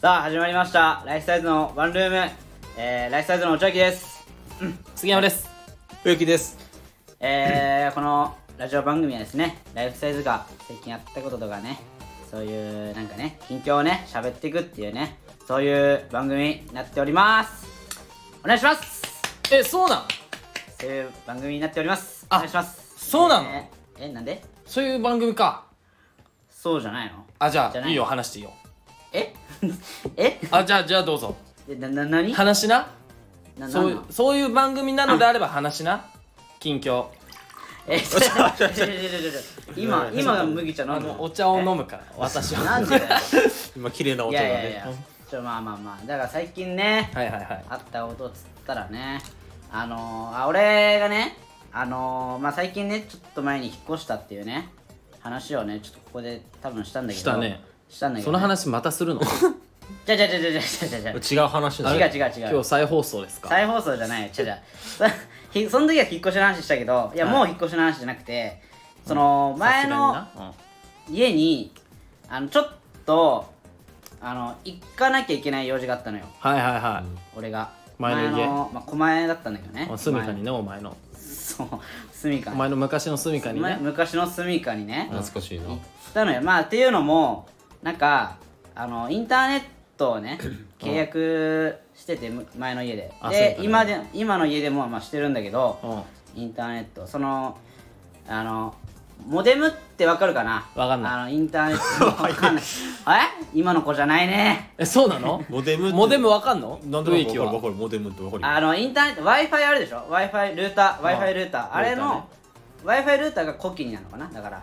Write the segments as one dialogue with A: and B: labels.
A: さあ始まりましたライフサイズのワンルーム、えー、ライフサイズのおちゃきです、
B: 杉山です植木です
A: えー、このラジオ番組はですねライフサイズが最近やったこととかねそういうなんかね近況をね喋っていくっていうねそういう番組になっておりますお願いします
B: えそうなん
A: そういう番組になっておりますお
B: あ
A: 願いします
B: そうなの
A: えーえなんで
B: そういう番組か
A: そうじゃないの
B: あじゃ
A: じゃ
B: あ
A: ない
B: いいよ話していいよ
A: ええ
B: あじゃあじゃあどうぞ
A: えなな何な
B: 話しな
A: な
B: そ
A: な
B: うそういう番組なのであれば話しな近況
A: えちょちょちょちょちょちょ今今が麦茶飲
B: あ
A: んだ
B: のお茶を飲むから私は
A: なんでだよ
C: 今綺麗ない音が
A: やいやい
C: ね
A: やちょまあまあまあだから最近ね
B: はいはいはい
A: あったことっつったらねあのー、あ俺がねあのー、まあ最近ねちょっと前に引っ越したっていうね話をねちょっとここで多分したんだけど
B: したね
A: したんだけど、ね、
B: その話またす るの
A: じゃじゃじゃじゃじゃじゃじゃ
C: 違う話だ
A: 違う違う違う
B: 今日再放送ですか
A: 再放送じゃないよ違う違 うそひその時は引っ越しの話したけどいやもう引っ越しの話じゃなくてその前の、
B: さすがにな
A: 家にあのちょっとあの行かなきゃいけない用事があったのよ
B: うんはいはいは
A: 俺が
B: 前の家
A: まあ、狛江だったんだけどね
B: い住みかにねお前の
A: 前そう住処
B: お前の昔の住みかに
A: 前
B: ね
A: 昔の住処にね行っ
C: 懐かしいな
A: たのよまあっていうのもなんかあのインターネットをね契約しててむ前の家で
B: あそうだっ
A: で
B: たね
A: 今で今の家でもまあしてるんだけど
B: うんわ
A: インターネットそのあのモデムってわかるかな
B: わかんない
A: あのインターネット わかんないえ今の子じゃないね
B: えそうなの
C: モデムって
B: モデムわかんの
C: なんとなく
B: 植木
C: 分かる
B: は
C: 分かるモデムって分かる
A: あのインターネット w i f i あるでしょ w i f i ルーター w i f i ルーターあれの w i f i ルーターがコキになるのかなだから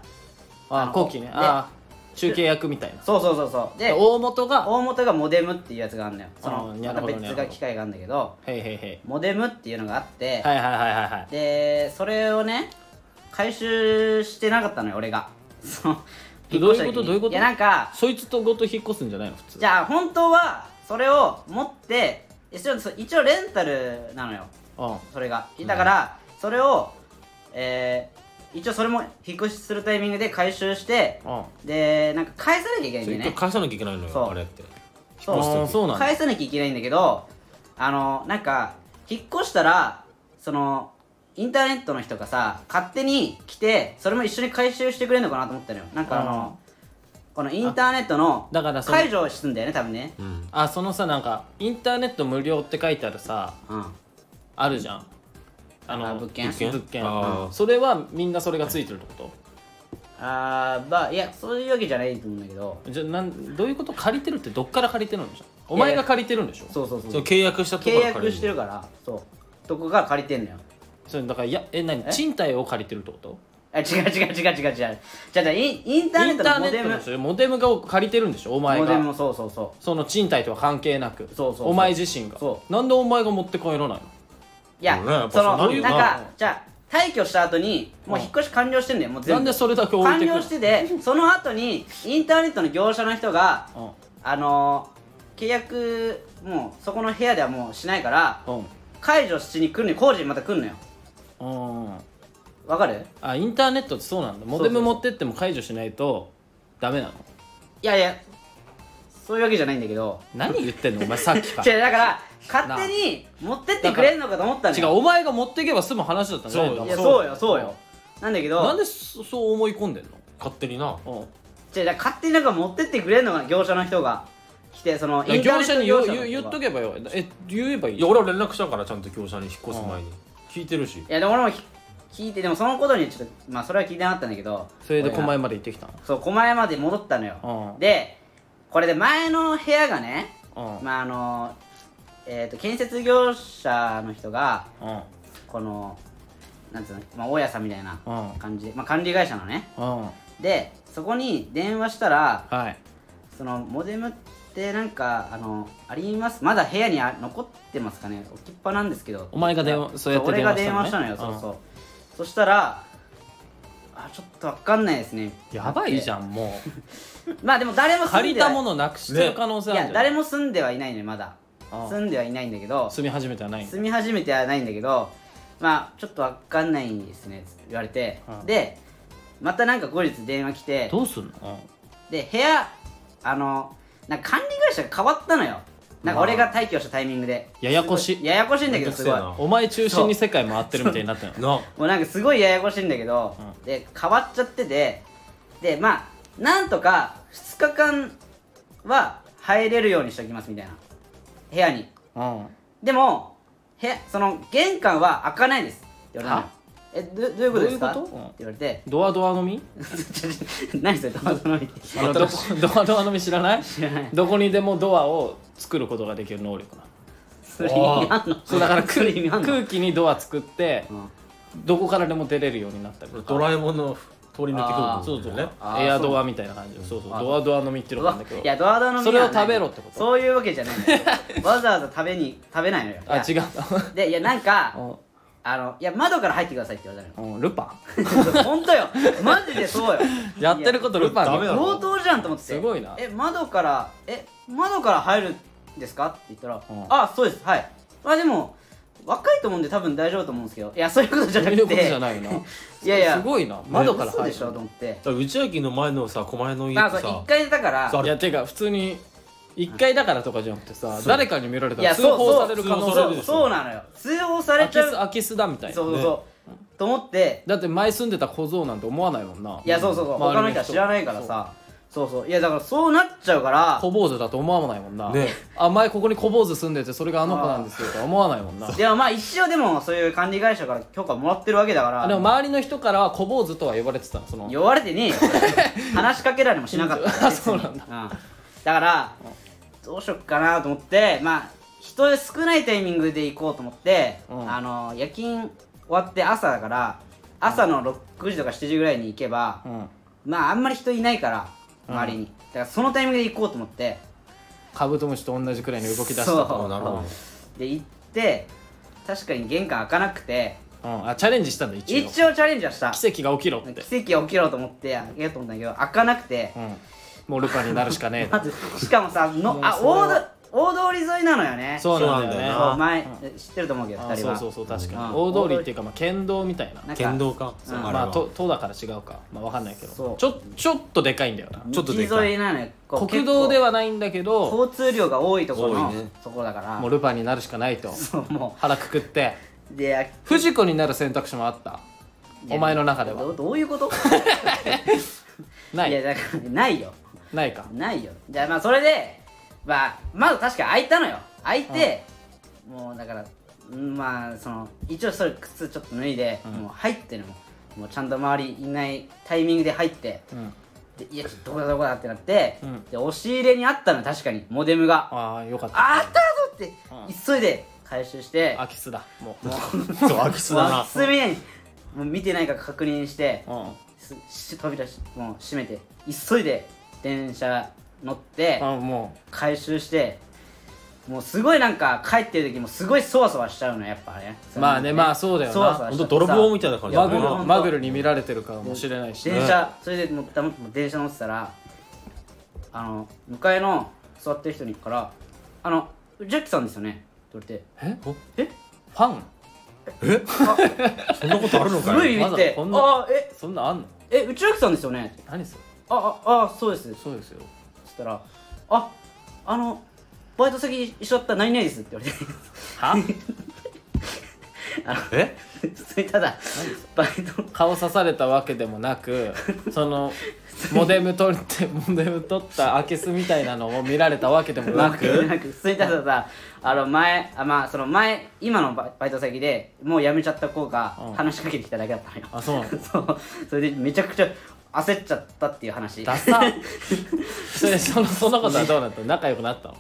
A: あ
B: あ
A: の
B: 後期ね
A: で
B: あー中継役みたいな
A: そうそうそうそうで
B: 大元が
A: 大元がモデムっていうやつがあるのよその
B: あー
A: ま
B: な
A: た
B: るほど
A: 別
B: なるほ
A: が
B: ど
A: 機械があるんだけど
B: へいへいへ
A: モデムっていうのがあって、
B: いはいはいはいはいはい
A: でそれをね回収してなかったのよ俺が その
B: えどういうこ
A: 引っ越した時
B: と
A: に
B: どういうこと
A: いやなんか
B: そいつとごと引っ越すんじゃないの普通
A: じゃあ本当はそれを持って一応そう一応レンタルなのよ
B: うん
A: それがだからそれを、えー一応それも引っ越しするタイミングで回収して
B: うん
A: でなんか返さなきゃいけないん
C: そう
A: だよ
C: 一回
A: ね
C: 返さなきゃいけないの
A: そう
C: よあれって
A: そう
C: 引っ越
B: ああそうなんだ
A: 返さなきゃいけないんだけどあのなんか引っ越したらそのインターネットの人がさ勝手に来てそれも一緒に回収してくれるのかなと思ったのよなんかあのこのインターネットの
B: だからその
A: 解除をするんだよね多分ね
C: うん
B: あそのさなんかインターネット無料って書いてあるさ
A: うん
B: あるじゃんあの
A: あ物件
B: 物件
C: あー
B: それはみんなそれがついてるってこ
A: あーまあいやそういうわけじゃないと思うんだけど
B: とじゃなんどういうこと借りてるってどっから借りてるのじゃんお前が借りてるんでしょ
A: そうそうそう
C: そう契約したとこ
A: 契
C: ろから借り
A: 約してるからそうとこから借りてんのよ
B: それだからいやえ何賃貸を借りてるってこと
A: あ違う違う違う違う違うじゃあじゃあインインターネ
B: イ
A: ッ
B: ン
A: ト
B: タ
A: のモデ
B: ーネット
A: ム
B: の人モデムが借りてるんでしょお前
A: モデム
B: が
A: もそうそうそう
B: その賃貸とは関係なく
A: そうそうそう
B: お前自身が
A: そ
B: なんでお前が持って帰らないの
A: いや、
C: そうねやっぱ
A: そ
C: そう
A: の
C: なるよ
A: な
C: なん
A: かじゃあ退去した後にもう引っ越し完了してんだよもう全
B: な
A: 部
B: んでそれだけ置い
A: 完
B: てく
A: 了
B: る
A: しててその後にインターネットの業者の人が
B: の
A: あのー契約もうそこの部屋ではもうしないから
B: うん
A: 解除しに来るのよ工事にまた来るのよ
B: うんうん
A: わかる
B: あインターネットってそうなんだモデム持ってっても解除しないとダメなの
A: いやいやそういうわけじゃないんだけど
B: 何言ってんのお 前さっきか
A: 違うだから勝手に持ってってくれるのかと思った
B: ら
A: の
B: 違
A: よ
B: うお前が持っていけば済む話だったんじゃない
C: そう
B: の
A: いや
B: だか
A: そうよそうよなんだけど
B: らなんでそそう思い込んでん
C: 勝手にな
B: の
A: 違うだから勝手になんか持ってってくれるのかな業者の人が来てその
B: うん
A: インター
B: 業
A: ネッ
B: 者
A: ト
B: によ
A: 業者の人が
B: 言う言っとけばよえ言えばいい
C: いや俺は連絡したからちゃんと業者に引っ越す前に聞いてるし
A: いやでも俺もひ聞いてでもそのことにちょっとまあそれは聞いてなかったんだけど
B: それで
A: 俺が
B: 狛江まで行ってきた
A: そう狛江まで戻ったのよ
B: ああ
A: でこれで前の部屋がね
B: の
A: まああのえっ、と建設業者の人が
B: うんうん
A: このなんつうの、まあ、大家さんみたいな
B: ああ
A: 感じで、まあ、管理会社のね
B: うん
A: でそこに電話したら
B: はい
A: そのモデムってなんかあのありますまだ部屋にあ残ってますかね置きっぱなんですけど
B: お前が電話そうやって
A: 俺
B: 電
A: が
B: 話
A: 電話し
B: したた
A: の
B: の
A: よ
B: ね
A: そうそうそしたらあちょっとわかんないですね
B: やばいじ
A: ゃん
B: ゃんも
A: まあでも誰も
B: う
A: 住
B: 借
A: ん
B: り
A: では
B: たものなくしてる可能性
A: い
B: ある
A: や
B: じゃん
A: 誰も住んではいないのよまだ
B: ああ
A: 住んではいないんだけど
B: 住み始めてはないんだ
A: 住み始めてはないんだけどまあちょっとわかんないですねつ言われて
B: ああ
A: でまたなんか後日電話来て
B: どうすんの
A: で部屋あのなんか管理会社が変わったのよなんか俺が退去したタイミングで
B: ややこしい
A: ややこしいんだけどすごい
C: めんどくせえ
A: も
C: な
B: お前中心に世界回ってるみたいになったの
C: な
A: うなんかすごいややこしいんだけど、
B: う
A: で変わっちゃっててでまあなんとか2日間は入れるようにしておきますみたいな部屋に
B: うん
A: でも部屋その玄関は開かないですって言われたの
B: は
A: えどどういうことですか
B: どういうこと
A: って言われて
B: ドアドア飲み
A: ちょちょ何それどうぞ飲みって
B: あのどこ ドアドア飲み知らない
A: 知らない
B: どこにでもドアを作ることができる能力なの
A: それ意味あんの
B: そうだから
A: そ
B: 空
A: れ意味あんの
B: 空気にドア作って
A: うん
B: どこからでも出れるようになったりとか
C: ドラえもんの通り抜け
B: あー
C: く
B: そう
C: る部
B: そう
C: 分だよね
A: あー
B: エアドアみたいな感じそうそう
A: あー
B: ドアドア飲みっていうのがあるんだけど
A: いやドアドアの
B: それを食べろってこと
A: そういうわけじゃないん だよわざわざ食べに食べないのよ
B: あ違
A: う
B: う
A: でいやなんか
B: の
A: あのいや窓から入ってくださいって言われたの
B: うんルパ
A: よ 本当よマジでそうよ
B: ンやってることルパン
C: ダメだろ
A: 強盗じゃんと思って
B: すごいな
A: え窓からえ窓から入るんですかって言ったら、
B: うん
A: あそうですはいまあでも若いと思うんで多分大丈夫と思うんですけどいやそういうことじゃな
B: 見
A: く
B: ること
A: て
B: じゃないよない
A: やいや
B: すごいな窓から
A: 嘘
B: 入
A: で
B: る
A: しょと思って
C: だから内秋の前のさ狛江の家
A: まあ
C: っ
A: そ
C: て
A: う
C: さ
A: 1階だから
C: そう
B: いやてか普通に一回だからとかじゃなくてさ
C: そう
B: 誰かに見られた
A: い
B: ら
A: や
B: 通
A: そう
B: 報さ
A: そ
B: れ
A: う
B: る
A: そ
B: 可能
A: う
B: 性あ
A: そう
B: るでしょ
A: そうなのよ通報さ
B: 空
A: れ
B: き
A: ちゃ
B: 巣
A: う
B: 空き巣だみたいな
A: そうそうそう、と思って
B: だって前住んでた小僧なんて思わないもんない
A: やそうそうそう、
B: 周り
A: 他の人は知らないからさそうそういやだからそうなっちゃうか
B: そう
A: ら
B: 小坊主だと思わないもんな、
C: ね
B: あ前ここに小坊主住んでてそれがあの子なんですよとは思わないもんな
A: でもまあ一応でもそういう管理会社から許可もらってるわけだから
B: あでも周りの人からは小坊主とは呼ばれてたのその
A: 呼ばれて ねえよ話しかけられもしなかったから
B: あそうなんだ
A: 別にうんだからどうしよっかなと思ってまあ人少ないタイミングで行こうと思って、
B: うん
A: あの夜勤終わって朝だから朝の6時とか7時ぐらいに行けば
B: う、ん
A: まああんまり人いないから周りに、だからそのタイミングで行こうと思って
B: カブトムシと同じくらいに動き出した
A: そう
B: と
C: あなるほど
A: で行って確かに玄関開かなくて
B: うん、あチャレンジしたんだ一応
A: 一応チャレンジはした
B: 奇跡が起きろって、
A: 奇跡が起きろと思って開けようと思ったんだけど開かなくて、
B: うん、もうルパンになるしかねえ
A: まずしかもさの
B: もう
A: あ
B: それ
A: 大
B: は
A: ど大通り沿いなのよね
B: そうなんだよ
C: そう
B: ね
C: なんだよ
A: そ
C: な
A: う前、知ってると思うけど
B: あ
A: 2人
B: そう
A: は
B: そうそう確かに、
A: うん
B: 大通りっていうか、まあ、県道みたいな
A: なんか
C: 剣道か
A: うん
C: あれ
B: まあ
C: は
B: 都都だから違うかまあわかんないけ
A: そ
B: ど
A: う
B: ちょちょっとでかいんだよな
C: ちょっとで
A: 道
C: かい
A: 沿いなのよこう
B: 国道で
A: 結
B: はないんだけど
A: 構交通量が多いところの、
C: 多いね
A: そこだから
B: もうルパンになるしかないと
A: そう も
B: 腹くくって
A: うで
B: 藤子になる選択肢もあったお前の中で
A: ど
B: は
A: どういうこと
B: ない
A: や
B: い
A: だからないよ
B: ないか
A: ないよじゃあまあそれでまあまず確かに空いたのよ空いて、もうだからうんまあその一応それ靴ちょっと脱いで、もう入ってるのもうちゃんと周りいないタイミングで入って
B: うん
A: でいやちょっとどこだどこだってなって、
B: うん
A: で押し入れにあったの確かにモデムが
B: ああよかった
A: あったぞって、
B: うん
A: 急いで回収して
B: 空き巣だもう
C: そう空き巣だな
A: すぐにもう見てないか確認して、
B: うん
A: すし扉しもう閉めて急いで電車乗って、
B: あも
A: 回収してもうすごいなんか帰ってる時もすごいそわそわしちゃうのやっぱね
B: うまあねまあそうだよ
A: そわそ
B: な
A: わ
C: 本当泥棒みたいな感じ
B: マ
C: だ
A: い
B: グ
A: や
B: ロ
A: ほんと
B: マグロに見られてるかもしれないし
A: 電車、それでもう黙ってもう電車乗ってたらあの向かいの座ってる人にから「あのジャッキさんですよね」って言わ
B: えフ
A: れて「え
B: ァン
C: そんなことあるの
A: す
C: か
A: ご
C: よ
A: いビビっ
B: まだ
A: て「
B: こんな
A: あえ
B: そんなんあんの
A: え内垣さんですよね?」って
B: 何それ
A: 「あああそうです」っつ
B: そうですよ
A: ったら「ああのバイト先一緒だった何々です」って言われて
B: は
C: え
A: 普通にただバイト
B: 顔刺されたわけでもなくそのモデム取って モデム取った空き巣みたいなのを見られたわけでもな
A: なく
B: く
A: なく普通にたださあの前あまあその前今のババイト先でもう辞めちゃった子が
B: うん
A: 話しかけてきただけだったのよ、
B: あそうなの
A: そうそれでめちゃくちゃ焦っちゃったっていう話
B: ダサ それそのそのことはどうなったの仲良くなったの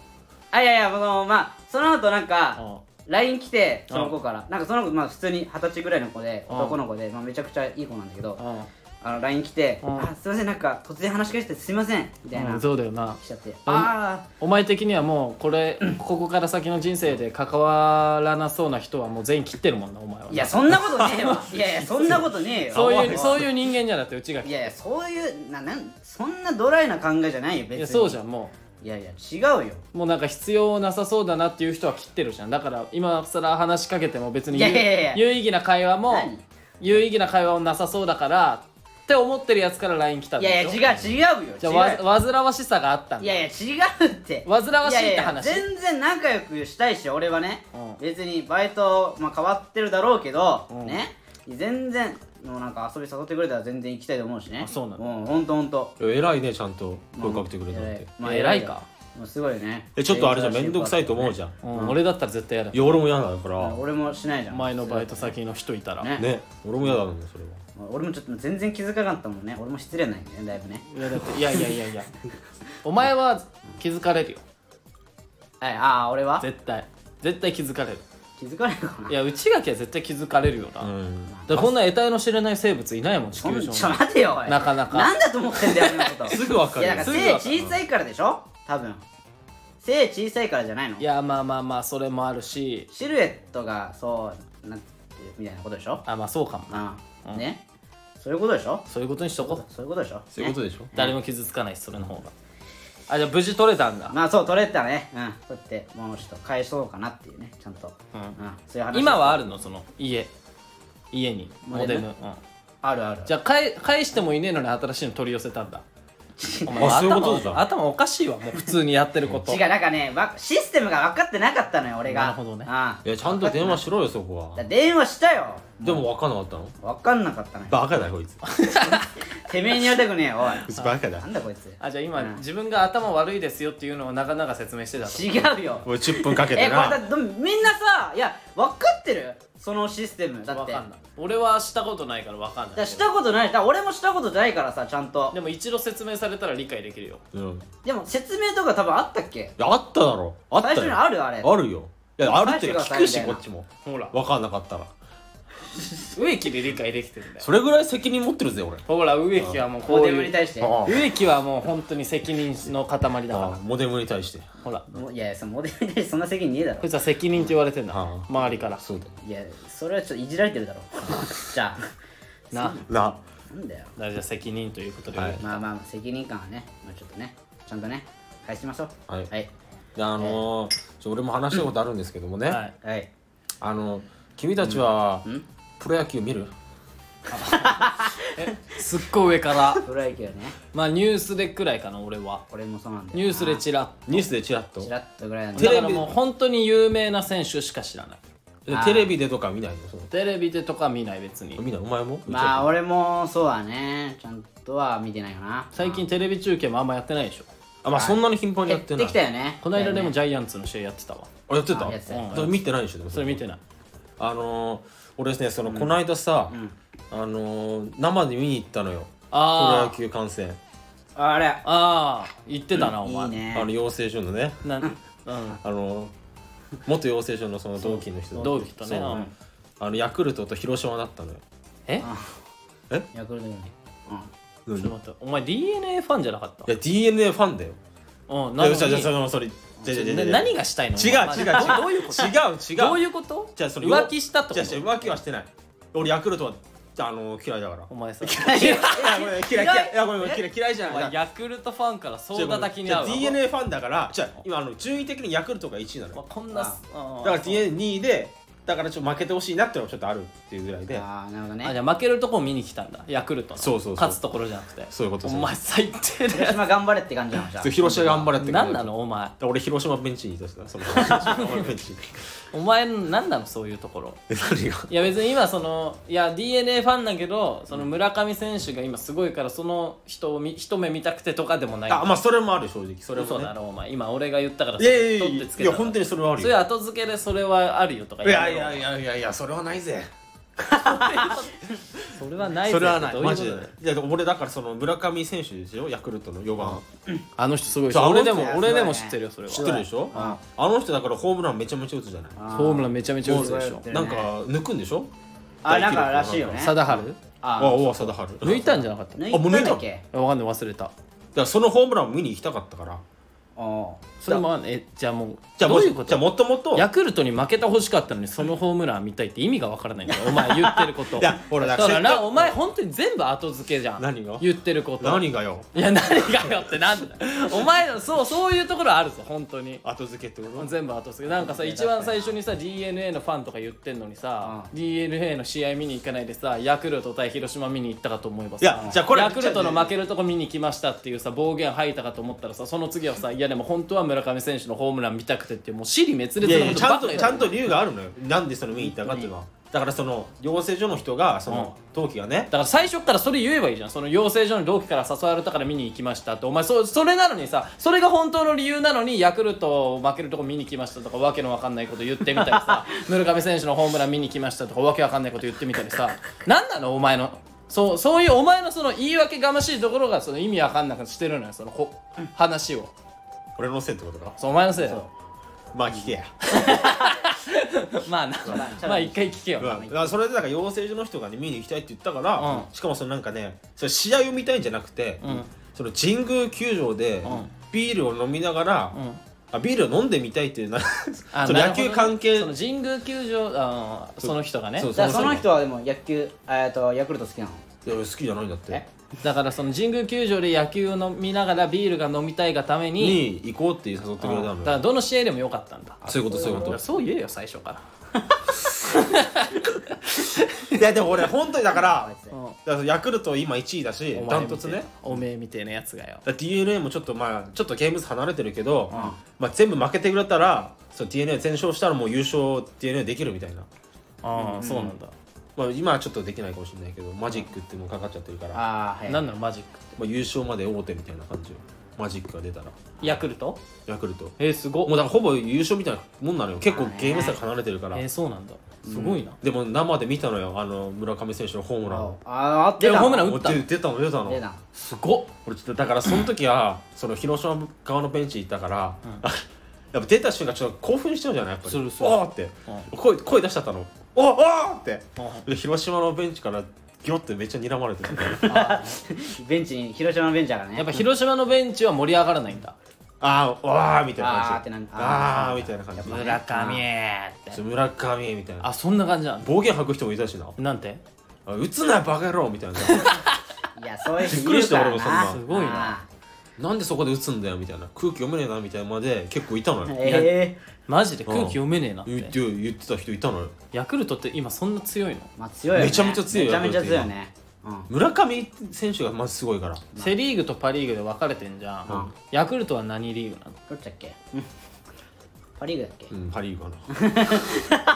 A: あいやいやそのまあその後なんか
B: あ
A: LINE 来てその子からなんかその子まあ普通に二十歳ぐらいの子で
B: うん
A: 男の子で、まあ、めちゃくちゃいい子なんだけど
B: あ
A: あの LINE 来て「
B: うん
A: あすいませんなんか突然話しかけてすいません」みたいな、
B: うん
A: 来
B: そうだよな
A: ちゃって「
B: うん
A: ああ
B: お前的にはもうこれここから先の人生で関わらなそうな人はもう全員切ってるもんなお前はい
A: やそんなことねえわいやいやそんなことねえよ
B: そ ういうそういう人間じゃなくてうちが
A: いやいやそういうななんそんなドライな考えじゃないよ別に
B: いやそうじゃんも
A: いやいや違うよ
B: うもうなんか必要なさそうだなっていう人は切ってるじゃんだから今更話しかけても別に有
A: いやいやいや
B: 有意義な会話も
A: 何
B: 有意義な会話をなさそうだからって思ってるやつから LINE 来たん
A: い
B: でしょ
A: やいや違う違うよ
B: じゃあ
A: 違うよ
B: わ煩わしさがあったん
A: い
B: だ
A: やいや違うって
B: 煩わしいって話
A: やや全然仲良くしたいし俺はね、
B: うん
A: 別にバイト、まあ、変わってるだろうけど、
B: うん
A: ね全然もうなんか遊び誘ってくれたら全然行きたいと思うしね
B: あそうなの
A: んほんとほんと
C: いや偉いねちゃんと声かけてくれたって
B: まあ偉いか
A: もうすごいよね
C: えちょっとあれじゃんめんどくさいと思うじゃん
B: うん俺だったら絶対やだ
C: いや俺も嫌だか
A: あ
C: ら
A: 俺もしないじゃん
B: 前のバイト先の人いたら、
A: ね
C: ね俺も嫌だもんねそれは
A: 俺もちょっと全然気づかなかったもんね俺も失礼なんやねだいぶね
B: いやだっていやいやいやいやお前は気づかれるよ
A: はいああ俺は
B: 絶対絶対気づかれる
A: 気づかないかない
B: や内垣は絶対気づかれるよな、だ
C: うん
B: からこんな得体の知れない生物いないもん地
A: そんち
B: 球
A: ょ
B: 上に
A: 待てよおい
B: なかなか
A: なんだと思ってんだよ俺のこと
C: すぐわかる
A: いやだか
C: す
A: ら
C: ぐわか
A: 背
C: る
A: 小さいからでしょ多分背小さいからじゃないの
B: いやまあまあまあそれもあるし
A: シルエットがそうなんてみたいなことでしょ
B: あまあそうかもな
A: ああ、ねそういうことでしょ
B: そういうことにしとこ
A: そういうことでしょ
C: そういうこと
A: ね
C: でしょ
B: う誰も傷つかないしそれの方があじゃあ無事取れたんだ、
A: まあそう取れたねうんそうやってもうちょっと返そうかなっていうねちゃんと、
B: うん
A: そういう話
B: 今はあるのその家家に
A: モ
B: モ
A: デ
B: デ
A: ル
B: ルうん、
A: あるある
B: じゃあ返返してもいねえのに新しいの取り寄せた んだお前
C: あそういう
B: 頭
C: ことだ
B: 頭おかしいわもう普通にやってること
A: 違うなんかねわシステムが分かってなかったのよ俺が
B: なるほどね
A: ああ
C: いやちゃんと電話しろよそこ
A: だ
C: は
A: 電話したよ
C: でも分かんなかったの
A: 分かんなかったのよ
C: バカだこいつ
A: てめえにやりたくねえよおい
C: こいつ バカ
A: な
C: だ
A: んだこいつ
B: あじゃあ今、自分が頭悪いですよっていうのをなかなか説明 してたと
A: 違うよ
C: 俺10分かけ
A: え
C: て
A: これ
C: な
A: だってみんなさいや分かってるそのシステムだっ
B: わ
A: て
B: かんない俺はしたことないからわか
A: だか
B: んな
A: ら
B: い
A: したことないだから俺もしたことないからさちゃんと
B: でも一度説明されたら理解できるよ
C: うんい
A: でも説明とか多分あったっけ
C: やあっただろあった
A: 最初に
C: よ
A: あるあれ
C: あるよいやあるっていうか聞く
A: 返して
C: し
A: く
C: こ
A: ださいみたいな
C: っちも
B: ほら
C: 分かんなかったら
B: 植木で理解できてるんだよ
C: それぐらい責任持ってるぜ俺
B: ほら植木はもうこ
A: モ
B: う
A: デム
B: い
A: に
B: う
A: 対して
C: ああ
B: 植木はもう本当に責任の塊だ
C: あ
B: か
C: モデムに対して
B: らほら
A: もういやいやそのモデムに対してそんな責任ねえだろ
B: こいつは責任って言われてんだ
C: ああ
B: 周りから
C: そうだよ
A: いやそれはちょっといじられてるだろじゃ
B: な
C: な
A: あなんだよ
B: だからじゃあ責任ということで、
C: はい
A: まあまあまあ責任感はね、まあ、ちょっとねちゃんとね返しましょう
C: はい
A: はい
C: であのーちょ俺も話したことあるんですけどもね、
B: はい
A: はい
C: あの君たちは
A: ん
C: プロ野球見る
B: すっごい上から
A: プロ野球ね
B: まあニュースでくらいかな俺は
A: 俺もそうなんだよな
B: ニュースでチラ
C: ニュースでチラッと
A: チラッとぐらいなん
B: ッ
A: だよ
B: だからもう本当に有名な選手しか知らない
C: でテレビでとか見ないのその
B: テレビでとか見ない別に
C: 見ないお前も
A: まあ
C: あ
A: 俺もそうだねちゃんとは見てないよな
B: 最近テレビ中継もあんまやってないでしょ
C: あまあそんなに頻繁にや
A: 減
C: っ
A: ってて
C: ない
A: きたよね
B: この間でも
A: だよね
B: ジャイアンツの試合やってたわ
C: あやってた
A: あやってた
C: うんそれ見てないでしょでも
B: それ見てない
C: あのー俺ですねそのこの間さ、あのー生で見に行ったのよプロ野
B: あー
C: 球観戦
A: あれ
B: ああ言ってたなお
A: いい
B: 前
A: ね
C: あの養成所のね
B: なうん
C: あのー元養成所のその同期の人
B: 同期とね
C: そう
B: うん
C: あのヤクルトと広島だったのよ
B: え
A: ヤクルトに
C: い
B: ちょっと待ってお前 DNA ファンじゃなかった
C: や DNA ファンだよ
B: うん
C: い
B: な
C: や
B: の
C: じゃあじゃあそ
B: に
C: のそれじゃじゃじゃじゃ
B: な何がしたいの
C: 違う
B: お前
C: 違う違う
B: どういうこと
C: 違う違う
B: どういうこと
C: じゃあそれ
B: 浮気したってこ
C: じゃあじゃあ
B: と
C: 浮気はしてない俺ヤクルトはあの 嫌いだから
B: お前さ
A: 嫌い
C: いやごめん嫌い嫌いいやごめん嫌い嫌いじゃ
B: お
C: ない
B: 前
C: じゃあ
B: ヤクルトファンから
C: ごめ
B: 総
C: ん
B: 叩きに合う
C: じ
B: わ
C: ゃあ DNA ファンだからじゃあ今あの順位的にヤクルトが1位なの
B: まあ
C: よ
B: こんな
A: あ
B: うん
C: だから DNA2 位でだからちょっと負けてほしいなってのはちょっとあるっていうぐらいで
A: ああなるほど
B: あじ
A: ね
B: ゃあ負けるとこを見に来たんだヤクルトの
C: そうそうそう
B: 勝つところじゃなくて
C: そういうこと
B: お
C: そういうこと
B: 前最低 だ
A: 広
B: よ
A: 島頑張れって感じなのじゃあ
C: そう広島頑張れって
B: 何なのお前
C: だから俺広島ベンチにいたしな その広島ベンチに
B: お前何なのそういうところ
C: え何が
B: いや別に今そのいや DNA ファンだけどその村上選手が今すごいからその人を見一目見たくてとかでもない
C: あまあそれもある正直それも
B: 嘘
C: ね
B: だろお前今俺が言ったから
C: いやいやいや
B: 取って
C: い
B: つ
C: や
B: け
C: い
B: た
C: や
B: だろ
C: 本当にそれはある
B: そ
C: よ
B: れ後付けでそれはあるよとか
C: い
B: 言う
C: や
B: の
C: いやいやいやいやそれはないぜ
B: それはないぜ
C: それはな
B: ど
C: いう
B: う
C: マ
B: うこ
C: ジ
B: と
C: で
B: だ
C: な
B: よ
C: いいやでも俺だからその村上選手ですよヤクルトの4番
B: あの人すごい
C: そう
B: 俺で
C: あの
B: も
A: 人
B: 俺でも知ってるよそれ
C: 知っ
B: は
C: てるでしょあの人だからホームランめちゃめちゃ打つじゃない
B: ホームランめちゃめちゃ打つでし
A: も
B: ょ
A: う
C: なんか抜くんでしょ
A: あなんからしいよね
B: 貞治
C: あ
A: あ
C: あ大貞治
B: 抜い
C: だか
B: たんじゃなかった
A: 抜
B: い
A: いたんだっ
C: あもう抜い
A: け
B: やわかんない忘れた
C: らそのホームランを見に行きたかったから
A: あ
B: それもあんえじゃあもう
C: じゃあ
B: ど
C: も
B: う
C: し
B: いうこと
C: じゃあもともと
B: ヤクルトに負けてほしかったのにそのホームラン見たいって意味がわからないんだよお前言ってること
C: いやほら
B: だ
C: だ
B: か
C: からら
B: なお前本当に全部後付けじゃん
C: 何が
B: 言ってること
C: 何がよ
B: いや何がよってなんだお前のそうそういうところあるぞ本当に
C: 後付けってこと
B: 全部後付けなんかさ
A: いや
B: 一番最初にさ d n a のファンとか言ってんのにさ、
A: う
B: d n a の試合見に行かないでさヤクルト対広島見に行ったかと思えばさ
C: いやじゃあこれ
B: ヤクルトの負けるとこ見に来ましたっていうさ暴言吐いたかと思ったらさその次はさいやでも本当は村上選手のホームラン見たくてってもう尻滅
C: い
B: 裂
C: やい
B: な
C: や
B: こ
C: ち
B: と
C: ゃ
B: ば
C: ん
B: っか
C: と
B: り
C: ちゃんと理由があるのよなんでその見に行ったかっていうのはだからその養成所の人がその同期がね
B: だから最初からそれ言えばいいじゃんその養成所の同期から誘われたから見に行きましたってお前そそれなのにさそれが本当の理由なのにヤクルトを負けるとこ見に来ましたとかわけのわかんないこと言ってみたりさ 村上選手のホームラン見に来ましたとかわけわかんないこと言ってみたりさ何なのお前のそうそういうお前のその言い訳がましいところがその意味わかんなくしてるのよそのこ話を
C: 俺のせいってことか
B: そうお前のせいだよ
C: まあ聞けや
B: まあなまあ一回聞けよ、
C: うんだからそれでだから養成所の人がね見に行きたいって言ったから、
B: うん
C: しかもそのなんかねそれ試合を見たいんじゃなくて、
B: うん
C: その神宮球場で
B: ん
C: ビールを飲みながら、
B: うん
C: あビールを飲んでみたいっていうな
B: あ
C: その
B: なる
C: 野
B: ほど
C: 球
B: ね
C: 関係
B: その神宮球場あーその人がね
C: そう
A: だからその人はでも野球えっとヤクルト好きなの
C: いや俺好きじゃないんだって
A: え
B: だからその神宮球場で野球を飲みながらビールが飲みたいがために
C: に行こうって誘ってくれた
B: だ
C: の
B: から
C: よ
B: どの試合でもよかったんだ
C: そういうことそういうこ
B: そう言えよ最初から
C: といやでも俺本当にだから
A: あいつ
B: うん
C: だからヤクルト今1位だし
B: お
C: ダ
B: 前
C: ン
B: み
C: ト
B: た
C: ツ
B: いな
C: ね
B: おめえみてえなやつがよ
C: d n a もちょっとまあちょっとゲーム差離れてるけど、
A: ん
C: まあ、全部負けてくれたらそう d n a 全勝したらもう優勝 d n a できるみたいな、
B: ああそうなんだ
C: まあ、今はちょっとできないかもしれないけどマジックってもうかかっちゃってるから、ま
A: ああはい
B: 何なのマジックって
C: あ、優勝まで王手みたいな感じよマジックが出たら
B: ヤクルト
C: ヤクルト
B: えー、すご
C: もうだからほぼ優勝みたいなもんなのよ結構ゲーム差離れてるから、
B: えー、そうなんだすごいな、
C: でも生で見たのよあの村上選手のホームランを
A: ああ出た
B: いやホームラン
C: お
B: 打った
C: 出出たの出たの
A: 出た
B: すごっ
C: 俺ちょっとだからその時はその広島側のベンチ行ったから、 やっぱ出た瞬間ちょっと興奮しちゃうじゃないやっぱり
B: するする
C: おーって、声声出しちゃったのおーおーって、
B: う
C: で広島のベンチからギロってめっちゃ睨まれてる
A: ベンチに広島のベンチだからね
B: やっぱ広島のベンチは盛り上がらないんだ
C: あーわーみたいな
A: あー
C: 感
A: っ
C: じ
A: てなんか
C: あー
A: あー
C: みたいな感じ
A: やっ
B: 村上ーっ
C: ち
B: て
C: ょ村上みたいな
B: あそんな感じなんだ
C: 暴言吐く人もいたしな
B: なんて
C: あ打つなバカ野郎みたいな
A: いやそういう人
C: びっくりした
A: いる
C: 俺も
A: から
C: そんな
B: すごいな
C: なんでそこで打つんだよみたいな空気読めねえなみたいなまで結構いたの
A: あー
C: よ
A: ええ
B: マジで空気読めねえなっ
C: 言ってて言ってた人いたのよ
B: ヤクルトって今そんな強いの
A: まあ強いよね
C: めちゃめちゃ強い
A: め
C: よ
A: ちゃめちゃ強いよねうん
C: 村上選手がまずすごいから
B: セ・リーグとパ・リーグで分かれてんじゃん、
C: うん
B: ヤクルトは何リーグなの
A: どっちだっけうんパ・リーグだっけ
C: うん、パリーグかな。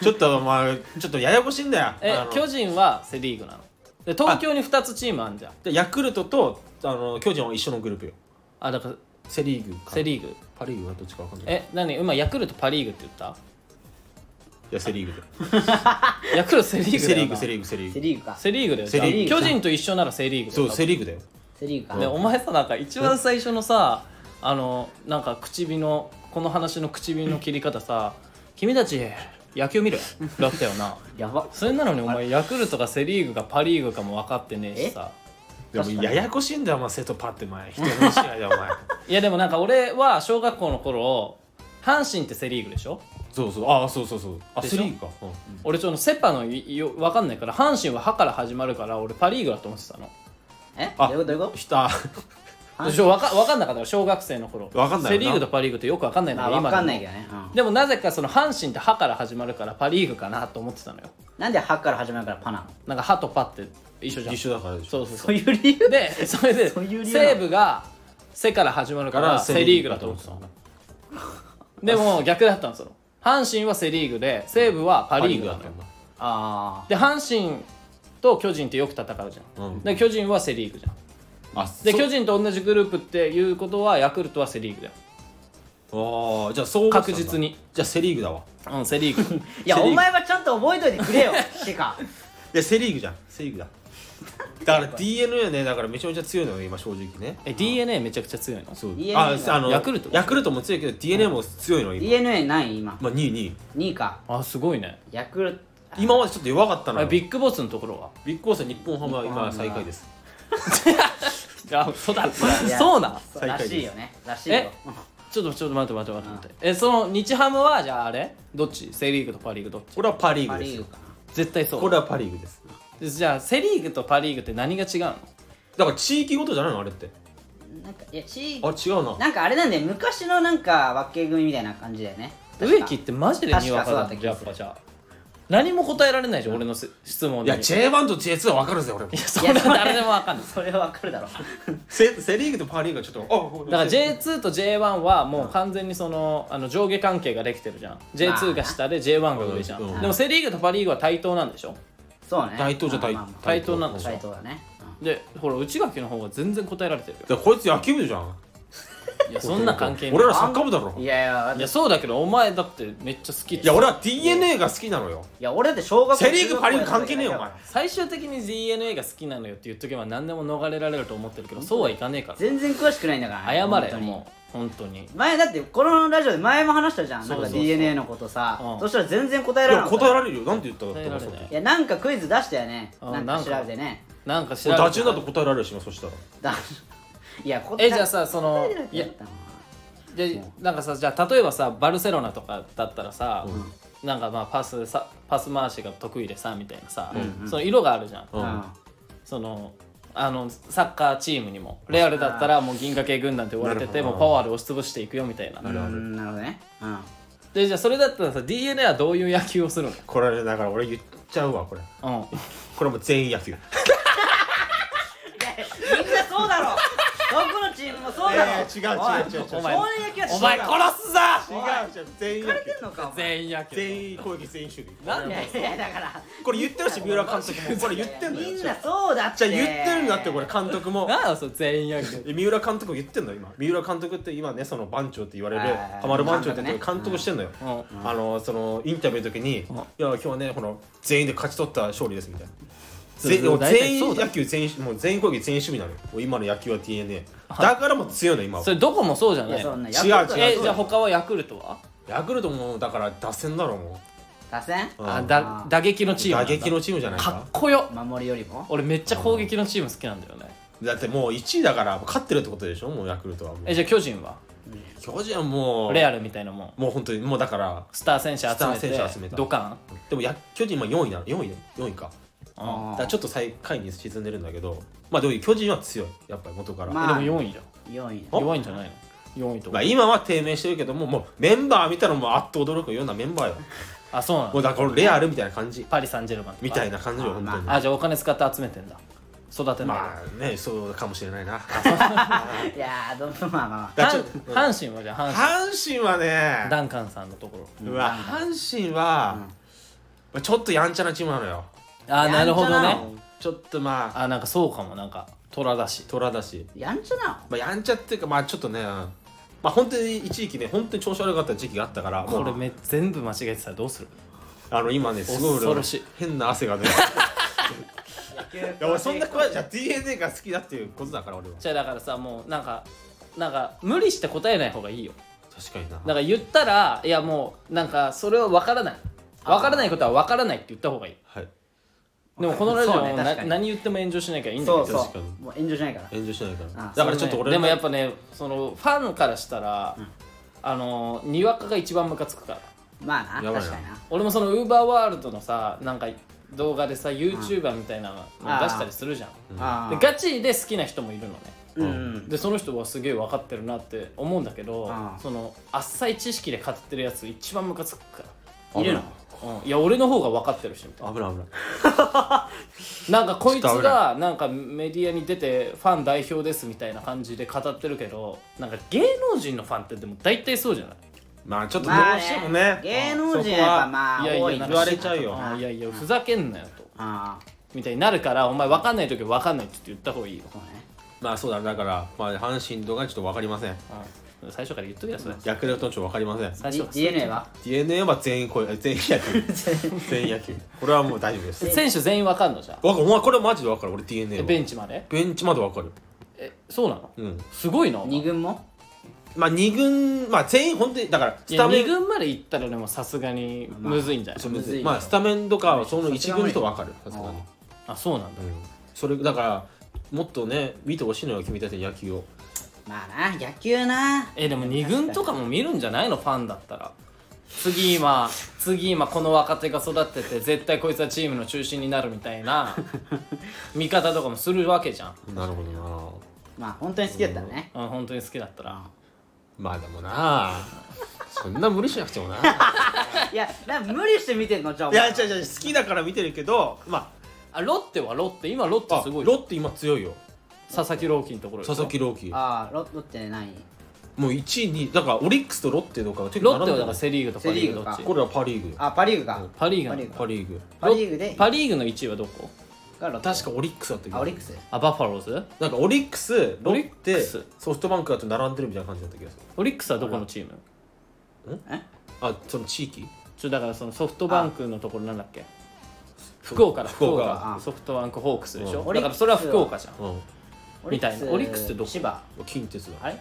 C: ちょっと、まあ、ちょっとややこしいんだよ。あ
B: え
C: の
B: 巨人はセ・リーグなので東京に2つチームあんじゃん
C: でヤクルトと、あの、巨人は一緒のグループよ。
B: あだから
C: セリーグか。
B: セ・リーグ
C: パリーグはどっちかわかんない。
B: え何今ヤクルトパ・リーグって言った
C: いや、セリーグ
B: ヤクルトセ・リー
C: で。
B: グ
C: セ
B: だ
C: リ
B: よ
C: ーグ、
B: な
C: セリーグ、セリー
A: セ・
C: グ。
A: リーグか
B: セ・リーグだよ
C: セリー
A: グ
B: じゃあ巨人と一緒ならセ・リーグだ
C: そ
B: よ
C: う、セリーグだよ。
A: セ・リーグか
B: でお前さなんか一番最初のさあのなんか唇のこの話の唇の切り方さ「君たち野球見る?」だったよな
A: やば
B: それなのにお前ヤクルトがセ・リーグかパ・リーグかも分かってねえしさ
C: でも、ややこしいんだよ、お前、瀬戸パって、お前。人の試合だよ、お前。
B: いやでもなんか俺は小学校の頃阪神ってセ・リーグでしょ
C: そうそう、ああ、そうそうそう。あ、
B: でしょ
C: セリーグか。うん
B: 俺ちょっとセ・パのいよ分かんないから阪神は「歯から始まるから俺パ・リーグだと思ってたの
A: えど
C: あ
A: ういうことどういうこ
C: ひた。
A: 阪神
B: ちょ分か分かんなかったよ小学生の頃
C: 分かんないよな
B: セ・リーグとパ・リーグってよく分かんない
A: と
B: の
A: まあ
B: が
A: 分かんない
B: で
A: け
B: も
A: どねうん
B: でもなぜかその阪神って「歯から始まるからパ・リーグかなと思ってたのよ
A: なんで「は」から始まるからパなの
B: なんか「歯と「パ」って一緒じゃん
C: 一緒だからでしょ。
B: そうそう
A: そ
B: そうう
A: いう理由
B: でそれで
A: そういう理由なの
B: 西武が「セ」から始まるからセ・リーグだと思ってたの
C: だ
B: でも逆だったのその阪神はセ・リーグで西武はパ・
C: パ
B: リ
C: リ
B: ー
C: ー
B: グ
C: グ
B: な
C: だ
B: の
C: と
B: よ
C: 思
A: あ
B: で阪神と巨人ってよく戦うじゃん、
C: うん
B: で巨人はセ・リーグじゃん
C: う。あ、
B: で
C: そう
B: 巨人と同じグループっていうことはヤクルトはセ・リーグだよ
C: ああ、じゃあ、そう思っ
B: 確
C: てたんだ
B: 実に。
C: じゃあ、セリーグだわ。
B: うんセ・リ ーグ
A: あいや
C: セリー
A: お
C: グ
A: 前はちゃんと覚えといてくれよしか
C: でセ・リーグじゃんセ・リーグだ だから d n a ねだからめちゃめちゃ強いのよ今正直ね
B: え d n a めちゃくちゃ強いの
C: そう
A: DNA
C: ああの
B: ヤクルト
C: ヤクルトも強いけど d n a も強いのよ今、
A: d n a 何位今
C: まあ、2位2位
A: 2位か
B: あすごいね
A: ヤクルト
C: 今までちょっと弱かったの
B: あ
C: よ
B: ビッグボスのところは
C: ビッグコース日本ハムは
A: 日本ハム
C: 今
A: は
C: 最下位です
B: いやそうだ
A: いや
B: そうなん
A: そうらしいよねらしい
B: え
A: よ
B: ちょっとちょっと待って待って待って待ってえその日ハムはじゃああれどっちセ・リーグとパ・リーグどっち
C: これはパ・リー
A: パ・
C: グで
A: リー
C: す
A: グかな
B: 絶対そう
C: これはパ・リーグです
B: じゃあセ・リーグとパ・リーグって何が違うの
C: だから地域ごとじゃないのあれって
A: なんかいや地
C: あ
A: 域
C: 違うな
A: なんかあれなんで昔のなんか分け組みたいな感じだよね確
B: 植
A: か
B: 木ってマジでにわかだね
A: 確かそうだった気
B: や
A: が
B: っ
A: する
B: ぱじゃあ何も答えられないじゃん、俺のせ質問
C: い
B: に
C: や J1 と J2 は分かるぜ俺も
B: いやそんな誰でもわかん ない
A: それは分かるだろ
C: セセ・リーグとパ・リーグはちょっとあ
B: だから J2 と J1 はもう完全にそのあの上下関係ができてるじゃん J2 が下で J1 が上じゃ
C: うん
B: んでもセ・リーグとパ・リーグは対等なんでしょ
A: そうね
C: 対等じゃ対
A: まあまあまあ
B: 対等なんでしょ
A: 対等だねうん
B: でほら内垣の方が全然答えられてるよ
C: だからこいつ野球部じゃん
B: いやそんな関係ない
C: 俺らサッカー部だろ
A: い
C: い
A: やいや
B: いやそうだけどお前だってめっちゃ好きって
C: や俺は DNA が好きなのよ
A: いや俺だって小学校
C: セ・リーグパ・リーグ関係ねえよお前
B: 最終的に DNA が好きなのよって言っとけば何でも逃れられると思ってるけどそうはいかねえから
A: 全然詳しくないんだから
B: 謝
A: 本
B: れ
A: 当
B: よ
A: に
B: もう本当に
A: 前だってこのラジオで前も話したじゃん
B: そうそうそう
A: なんか DNA のことさ、
B: うん
A: そしたら全然答え
C: い
A: られ
C: や
A: なかった
C: 答えられるよなんて言った
B: 答えられ
C: だ
B: な
C: っ
B: い
A: い
C: て
A: やなんかクイズ出したよね
B: あ
A: なんか
B: なん
A: 調
B: か
A: べてね
B: なんか知ら
C: ダチュンだと答えられるしなそしたら
A: だいや答
B: えじゃあさその
A: 答えられ
B: い
A: て
B: や
A: なかったない
B: やなんかさじゃあ例えばさバルセロナとかだったらさ、なんかまあパスさパス回しが得意でさみたいなさ、その色があるじゃん、
C: うん
A: うん
B: そのあのサッカーチームにもレアルだったらもう銀河系軍団って言われてて
C: なる
B: も
C: ほ
B: う
C: ど
B: パワーで押し潰していくよみたいな、
A: うーんなるほどねうん
B: でじゃあそれだったらさ DNA はどういう野球をするの
C: これだから俺言っちゃうわこれ
B: うん
C: これもう全員野球
A: みんなそうだ ろどこのチームもそうだろ、
C: えー違う
A: おい
C: 違う違う違う
A: 少年野球は違う
B: お前
A: だろ
B: 殺すぞ
C: 違う違う全員
A: 疲れてんのかお前
B: 全員野球
C: 全員攻撃全員守備
B: なん
A: い
B: で
A: やいやだから
C: これ言ってるし三浦監督もこれ言ってんの
A: み
C: よ
A: ん
C: じゃ
A: なそうだっ
C: あ
A: て
C: 言ってるんだってこれ監督も
B: なんだそれ全員野球
C: 三浦監督も言ってんの今三浦監督って今ねその番長って言われる
A: はいはいはい
C: ハマる番長って言って
A: 監督ね
C: 監督してんのよ
B: うん
C: あのそのインタビューの時に「いや今日はねこの全員で勝ち取った勝利です」みたいな。
B: れ
C: ぜもう
B: 大体
C: 全
B: そ
C: 員
B: うだ
C: 野球全員もう全員攻撃全員守備なのよもう今の野球は DNA だからもう強いの今は
B: それどこもそうじゃ
A: い
B: な
A: や
B: い
A: そんな
C: 違う違う
B: え
A: え
B: じゃあ他はヤクルトは
C: ヤクルトもだから打線だろうも
A: 打線
C: う、うん
B: あだ打撃のチームな
C: 打
B: んだ
C: 撃のチームじゃない
B: か
C: か
B: っこよ
A: 守りよりも
B: 俺めっちゃ攻撃のチーム好きなんだよね
C: だってもう1位だから勝ってるってことでしょもうヤクルトはもう
B: えじゃあ巨人は
C: 巨人はもう
B: レアルみたいなもん
C: もう本当にもうだから
B: スター選手
C: スター
B: 集
C: 選
B: め
C: 手集
B: て
C: めた
B: ドカン
C: でもや巨人今4位なの4位で4位か
B: うん
C: だからちょっと最下位に沈んでるんだけどまあでも巨人は強いやっぱり元から、
A: ま
B: え
A: あ
B: でも4位じゃ
A: 4位
B: ん
A: だ
B: 弱いんじゃないの4位と
C: ま
B: か
C: あ今は低迷してるけどももうメンバー見たらもうあっと驚くようなメンバーよ
B: あそうな
C: も
B: の
C: うだからこれレアルみたいな感じ
B: パリ・サンジェルマンとか
C: みたいな感じよ本当に
B: あじゃあお金使って集めてんだ育てんだ
C: まあねそうかもしれないな
A: いやーどんどんまあまあまあ
C: だからちょっと
B: 阪阪神はじゃあ阪
C: 阪神はね
B: 神ダンカンさんのところ
C: うわ阪神は、まあちょっとやんちゃなチームなのよ
B: あなるほど
A: やんちゃな
B: ね
C: ちょっとまあ
B: あなんかそうかもなんか虎だし
C: 虎だし、
A: やんちゃなの
C: まあ、やんちゃっていうかまあちょっとねまあ本当に一時期ね本当に調子悪かった時期があったからも
B: これ
C: う
B: め全部間違えてたらどうする
C: あの今ねすごい俺
B: 恐ろしい
C: 変な汗が出るいや俺そんな怖いじゃん DNA が好きだっていうことだから俺は
B: じゃあだからさもうなんかなんか無理して答えない方がいいよ
C: 確かにな
B: だから言ったらいやもうなんかそれは分からない分からないことは分からないって言った方がいい
C: はい
B: でもこのラジオ
A: そうね
B: もな
A: 確かに
B: 何言っても炎上しなきゃいいんだけ
A: そ
B: ど
A: うそ
C: 確か
A: う
C: に
A: もう炎上しないから
C: 炎上しないから
A: あ
C: だからちょっと俺
B: でもやっぱねそのファンからしたら、あのにわかが一番ムカつくから
A: まあな
C: やばいな
A: 確かにな
B: 俺もそのウーバーワールドのさなんか動画でさ YouTuber みたいなの
A: あー
B: 出したりするじゃん
A: あ
B: で
A: ー
B: ガチで好きな人もいるのね
A: うん
B: でその人はすげえ分かってるなって思うんだけど
A: あー
B: その浅い知識で語ってるやつ一番ムカつくか
A: うんいるの
B: ら、うん、いや俺の方が分かってるしみたいな
C: 危ない危ない
B: なんかこいつ
C: ちょっと危
B: がなんかメディアに出てファン代表ですみたいな感じで語ってるけどなんか芸能人のファンってでも大体そうじゃない
C: まあちょっとどう
A: まあ
C: しても
A: ね
C: ね
A: 芸能人はやっぱ
C: あ
A: まあ
B: いやいや
A: 多い
B: なんか
C: 言われちゃうよ
B: あいやいやふざけんなよと
A: あ
B: みたいになるからお前分かんない時は分かんないって言った方がいいよ
A: ーそうね
C: まあそうだねだからまあ阪神とかちょっと分かりません
B: うん最初から言っとけよそれ
C: ヤクルトちょっと分かりません
B: 最初
A: D-
B: から
A: DNA は
C: DNA は全員これ全員野球全員野球これはもう大丈夫です
B: 選手全員分かんのじゃん
C: わかるお前これマジで分かる俺 DNA
B: え
C: は
B: ベンチまで
C: ベンチまで分かる
B: えそうなの
C: うん
B: すごいなお前
A: 二軍も
C: まあ2軍まあ全員本当にだから
B: い
C: ス
B: や
C: タメ
B: 2
C: ン
B: 軍まで行ったらでもさすがにむずいんじゃない
C: そうむず
A: むずい
C: い
A: よ
C: まあスタメンとかはその1軍の人分かるさすがに、
B: あそうなんだ
C: うん、それだからもっとね見てほしいのよ君たちの野球を
A: まあな野球な
B: えでも2軍とかも見るんじゃないのファンだったら次 今次今この若手が育ってて絶対こいつはチームの中心になるみたい な見方とかもするわけじゃん
C: なるほどな
A: まあ本当に好きだったらね
B: うん本当に好きだったら
C: まあでも なそんな無理しなくてもない
A: いやなんか無理して見てんのじゃあお前
C: や違う違う好きだから見てるけどま
B: あロッテはロッテ今ロッテ
C: あ
B: すごい
C: ロッテ今強いよ
B: 佐々木朗希のところでし
C: 佐
B: ょ
C: 々木朗希
A: ああロロッテない
C: もう1位2位だからオリックスとロッテとか結
B: ロ
C: 構
B: ッ
C: 並ん
B: テは
C: でる
B: だからセ・リーグとパ・リーグどっ
A: セ
B: ち
A: リー
C: これはパ・リーグよ
A: あパ・リーグか
B: パ・リーグ
A: パリー
B: の
A: グ
C: パ・リーグ
A: パリーグで
B: パ・リーグの1位はどこ
A: がロッテ
C: 確かオリックスだったけど
A: あオリックス
B: あバファローズ
C: なんかオリックスロ
B: オリッ
C: ッ
B: ク
C: テ
B: ス
C: ソフトバンクだと並んでるみたいな感じだった気がする
B: オリックスはどこのチーム
A: え
C: あその地域
B: ちょだからそのソフトバンクのところなんだっけ福岡だ
C: 福
B: 福
C: 岡
B: 岡
A: あ
B: ソフトバンクホークスでしょ
A: うん
B: だからそれは福岡じゃん
C: う
B: みたいなオリックスってどこ
A: 千葉
C: ん近鉄だ
A: あれ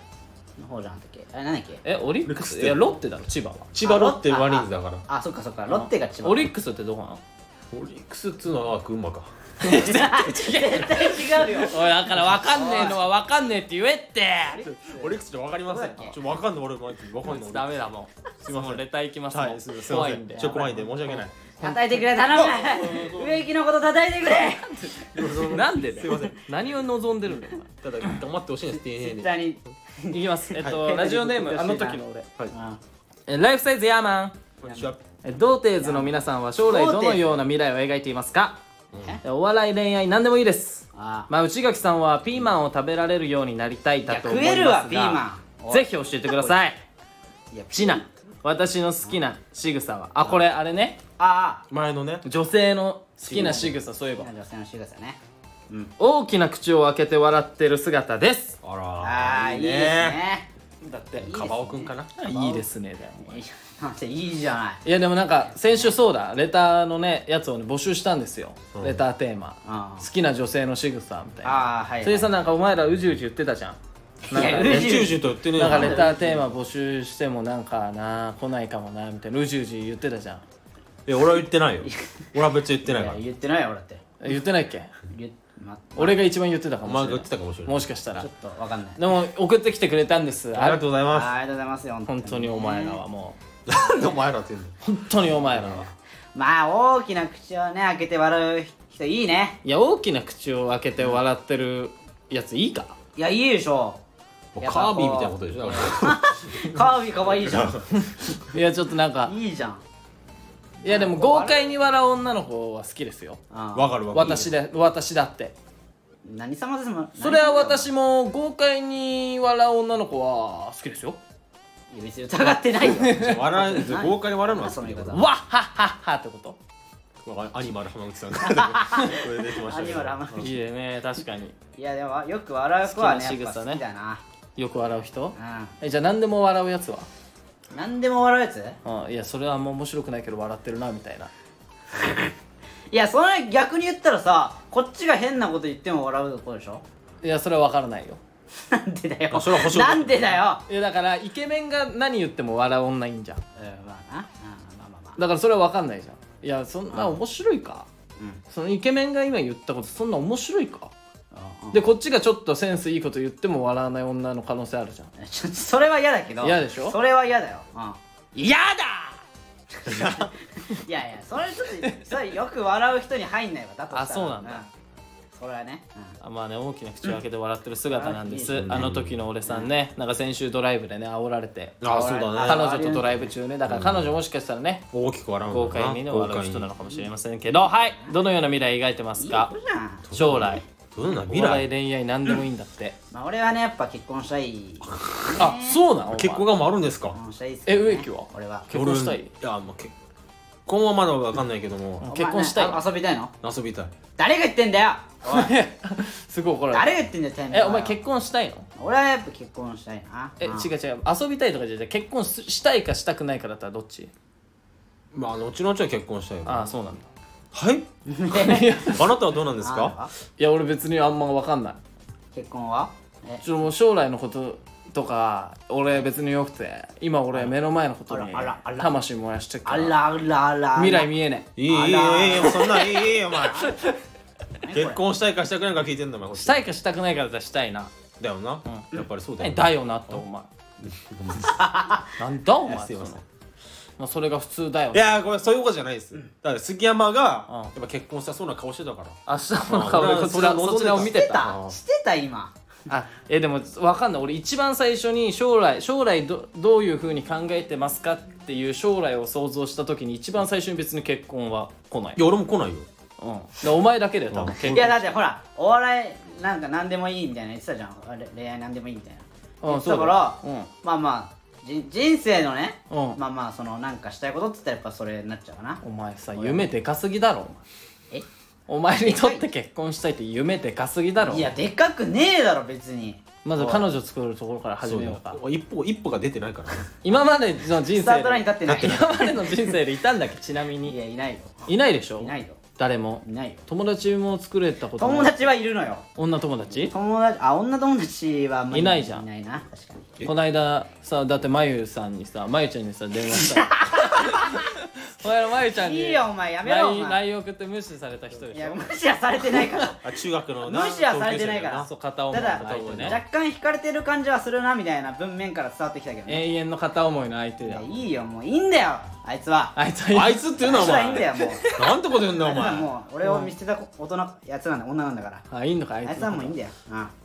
A: の方じゃなかったっけあれなんだっけ
B: えオリック
C: オリックスっ
B: ス
C: て
B: いやロッテだろ千葉は
C: 千葉ロッテ
A: あ
C: マリーンズだから
A: あそっかそっかロッテが千葉
B: オリックスってどこなの
C: オリックスっつうのはあ群馬か
A: 絶対違うよ
B: おいだから分かんねえのは分かんねえって言えって
C: オリックスってわかりません
A: そうだっけ
C: ちょわかんない俺もわかんない
B: ダメだもんすいませんレターいきますもん
C: はいすいません
B: 怖いんで
C: ちょ怖いんで申し訳ない
A: 叩いてくれ頼む植木のこと叩いてくれ
B: なんでだ
C: すいません
B: よ何を望んでるんだよお
C: ただ頑張ってほしいんです丁寧に
A: 絶対に
B: 前 いきますえっ
A: は
B: と
A: い
B: ラジオネームあの時の俺
A: あ
B: えライフサイズヤーマン
C: こんにちは
B: え童貞図の皆さんは将来どのような未来を描いていますかえお笑い恋愛何でもいいです
A: あ
B: まあ内垣さんはピーマンを食べられるようになりたいだと思いま
A: いや
B: すが
A: 食えるわピーマンおい
B: ぜひ教えてください
A: いや
B: シナ私の好きな仕草はあこれあれね
A: ああ
C: 前のね
B: 女性の好きな仕草そういえば
A: 女性の仕草ね
B: 大きな口を開けて笑ってる姿です
C: あ
A: ああいいですね
B: だって
A: いいですね
C: カバオくんかない
B: いですねだよ
A: いいじゃんいいじゃない
B: いやでもなんか先週そうだレターのねやつをね募集したんですよ、
C: うん
B: レターテーマ
A: あ
B: 好
A: ー
B: きな女性の仕草みたいな
A: ああはいはい
B: それさなんかお前らうじうじ言ってたじゃんなんか
A: いや
B: ね
A: う
C: 宇
A: じ
C: 宙人と言ってねえ
B: なんか
C: な
B: レターテーマ募集してもなんかな来ないかもなみたいなうじうじ言ってたじゃん
C: いや俺は言ってないよ俺は別に言ってないから
A: いや言ってないよ俺だって
B: え言ってないっけ
A: 言っま
B: 俺が一番言ってたか
C: お
B: もし
C: 前
B: れ
C: が
B: ない
C: 言ってたかもしれない
B: もしかしたら
A: ちょっとわかんない
B: でも送ってきてくれたんです
C: ありがとうございます
A: ありがとうございますよ
B: 本当にお前らはも
C: なんでお前らって言うの
B: う本当にお前らは
A: まあ大きな口をね開けて笑う人いいね
B: いや大きな口を開けて笑ってるやついいか
A: いやいいでしょ
C: もうカービィみたいなことでしょだから
A: カービィかわいいじゃん
B: いやちょっとなんか
A: いいじゃん
B: いやでも豪快に笑う女の子は好きですよ
A: ああ
C: わかるわかる
B: 私で私だって
A: 何様ですもん
B: それは
A: 何様です
B: 私も豪快に笑う女の子は好きですよ
A: もんいや別に疑って ないよ
C: 笑う豪快に笑うのは好きだけ
A: その
B: わっ
A: 言
B: はっはっはってこと
C: どわかアニマル浜口さんからこれできました
A: アニ
C: け
A: マ
C: ど
A: ル浜口
B: いいね確かに
A: いやでもよく笑う子はね
B: 好きな
A: やっぱ
B: 仕草
A: 好
B: ね
A: きだな
B: よく笑う人
A: う
B: えじゃあ何でも笑うやつは
A: ん何でも笑うやつ
B: うんいやそれはあんま面白くないけど笑ってるなみたいない
A: やそれ逆に言ったらさこっちが変なこと言っても笑う子でしょ
B: いやそれは分からないよ
A: なんでだよ
C: それは保証
A: なんでだよ
B: いやだからイケメンが何言っても笑う女いいんじゃん
A: うんまあなうんまあまあまあ
B: だからそれは分かんないじゃんいやそんな面白いか
A: うん
B: そのイケメンが今言ったことそんな面白いか
A: うん うん
B: でこっちがちょっとセンスいいこと言っても笑わない女の可能性あるじゃん
A: ちょっとそれは嫌だけど
B: 嫌でしょ
A: それは嫌だよ、うん、
B: 嫌だ
A: いやいやそれちょっとそれよく笑う人に入んないわだとしたら
B: あそうなんだ
A: うんそれはね、うん
B: あまあね大きな口を開けて笑ってる姿なんです、
A: うん
B: あの時の俺さんねなんか先週ドライブでね煽られて
C: あそうだね
B: 彼女とドライブ中ねだから彼女もしかしたらね
C: 大きく笑う
B: 豪
C: の
B: 快にね笑う人なのかもしれませんけどはいどのような未来描いてますか
A: いい子じゃん
B: 将来
C: どんな
B: 未
C: 未
B: 来
C: 来
B: 恋愛何でもいいんだって
A: まあ俺はねやっぱ結婚したい結
B: あそうなの
C: 結婚がもあるんですか
A: 婚したいっす
B: え
A: よね
B: 植木は
A: 俺は
B: 結婚したい
C: 俺いやまあ結婚はまだわかんないけども
B: 結婚したい
A: お前ねあ遊びたいの
C: 遊びたい
A: 誰が言ってんだよお い
B: すごい怒られ
A: 誰が言ってんだよてめ
B: たえお前結
A: 婚
B: 婚したいの
A: 俺はやっぱ結婚したいな
B: え違
A: ん
B: う違う遊びたいとかじゃなくて結婚すしたいかしたくないかだったらどっち
C: まあ後々は結婚したいよ
B: あ
C: は
B: あそうなんだ
C: いあなたはどうなんですか
A: あ
B: いや俺別にあんま分かんない
A: 結婚はえ
B: ちょもう将来のこととか俺別によくて今俺目の前のことに
A: あらあら
B: 魂燃やしてるか
A: あ
B: ら
A: らあらあら
B: 未来見えね
C: いいいいいい
A: あら
C: いいそんなんいいいいいいお前
A: 何これ
C: 結婚したいかしたくないか聞いてんだお前こっ
B: え
C: ち
B: したいかしたくないかだったらしたいな
C: だよな、
B: うん
C: やっぱりそうだよ
B: 何
C: な、
B: だよなってお前なんだお前
C: すいませ
B: そ
C: ん
B: のまあそれが普通だよ
C: いやーこれそういうことじゃないです、だから杉山が、
B: うん
C: やっぱ結婚したそうな顔してたから
B: 明日の顔でこちら
C: 俺は
B: そちらを見て
A: して
B: た
A: たしてた今
B: あえでもわかんない俺一番最初に将来将来どどういうふうに考えてますかっていう将来を想像した時に一番最初に別に結婚は来ない
C: いや俺も来ないよ
B: うん、でお前だけだよ多分
C: うん
B: 結
A: いやだってほらお笑いなんか何でもいいみたいな言ってたじゃんあれ恋愛何でもいいみたいな
B: 婚
A: 言ってたから
B: うんそう
A: まあまあじ人生のね、
B: うん
A: まあまあそのなんかしたいことって言ったらやっぱそれになっちゃうかな
B: だよお前さ夢でかすぎだろ
A: え
B: お前お前にとって結婚したいって夢でかすぎだろ
A: いやでかくねえだろ別に
B: まず彼女作るところから始めようか
C: そうだよ一歩一歩が出てないからね
B: 今までの人生で
A: スタートライン立ってない
B: 今までの人生でいたんだっけちな
A: い
B: みに
A: やいないよ
B: いないでしょ
A: いないよ
B: 誰も
A: いないよ
B: 友達も作れたことない
A: 友達はいるのよ
B: 女友達
A: 友達あ女友達はあんまり
B: いないじゃん
A: いないな確かに
C: え
B: こないださだってまゆさんにさまゆちゃんにさ電話 したお前らまゆちゃんに
A: いいよお前やめろお
B: LINE
A: 前
B: LINE 送って無視された人で
A: い
B: しょ
A: や無視はされてない から
C: あ中学の
A: 無視はされてないから
B: そう片思
A: た
B: いの
A: だ
B: 相手ね
A: 若干引かれてる感じはするなみたいな文面から伝わってきたけどね
B: 永遠の片思いの相手
A: い
B: だ
A: や
B: よ
A: いいよもういいんだよあいつは
B: あいつ
C: あ
B: はい
C: つっていうのはお
A: あいつはいいんだ
C: 前
A: よもう
C: なんてこと言うんだ
A: あ
C: お
A: いつは
C: 前
A: もう俺を見捨てた大人やつなんだ女なんだから
B: あいいのかあいつ
A: あいつはもういいんだよ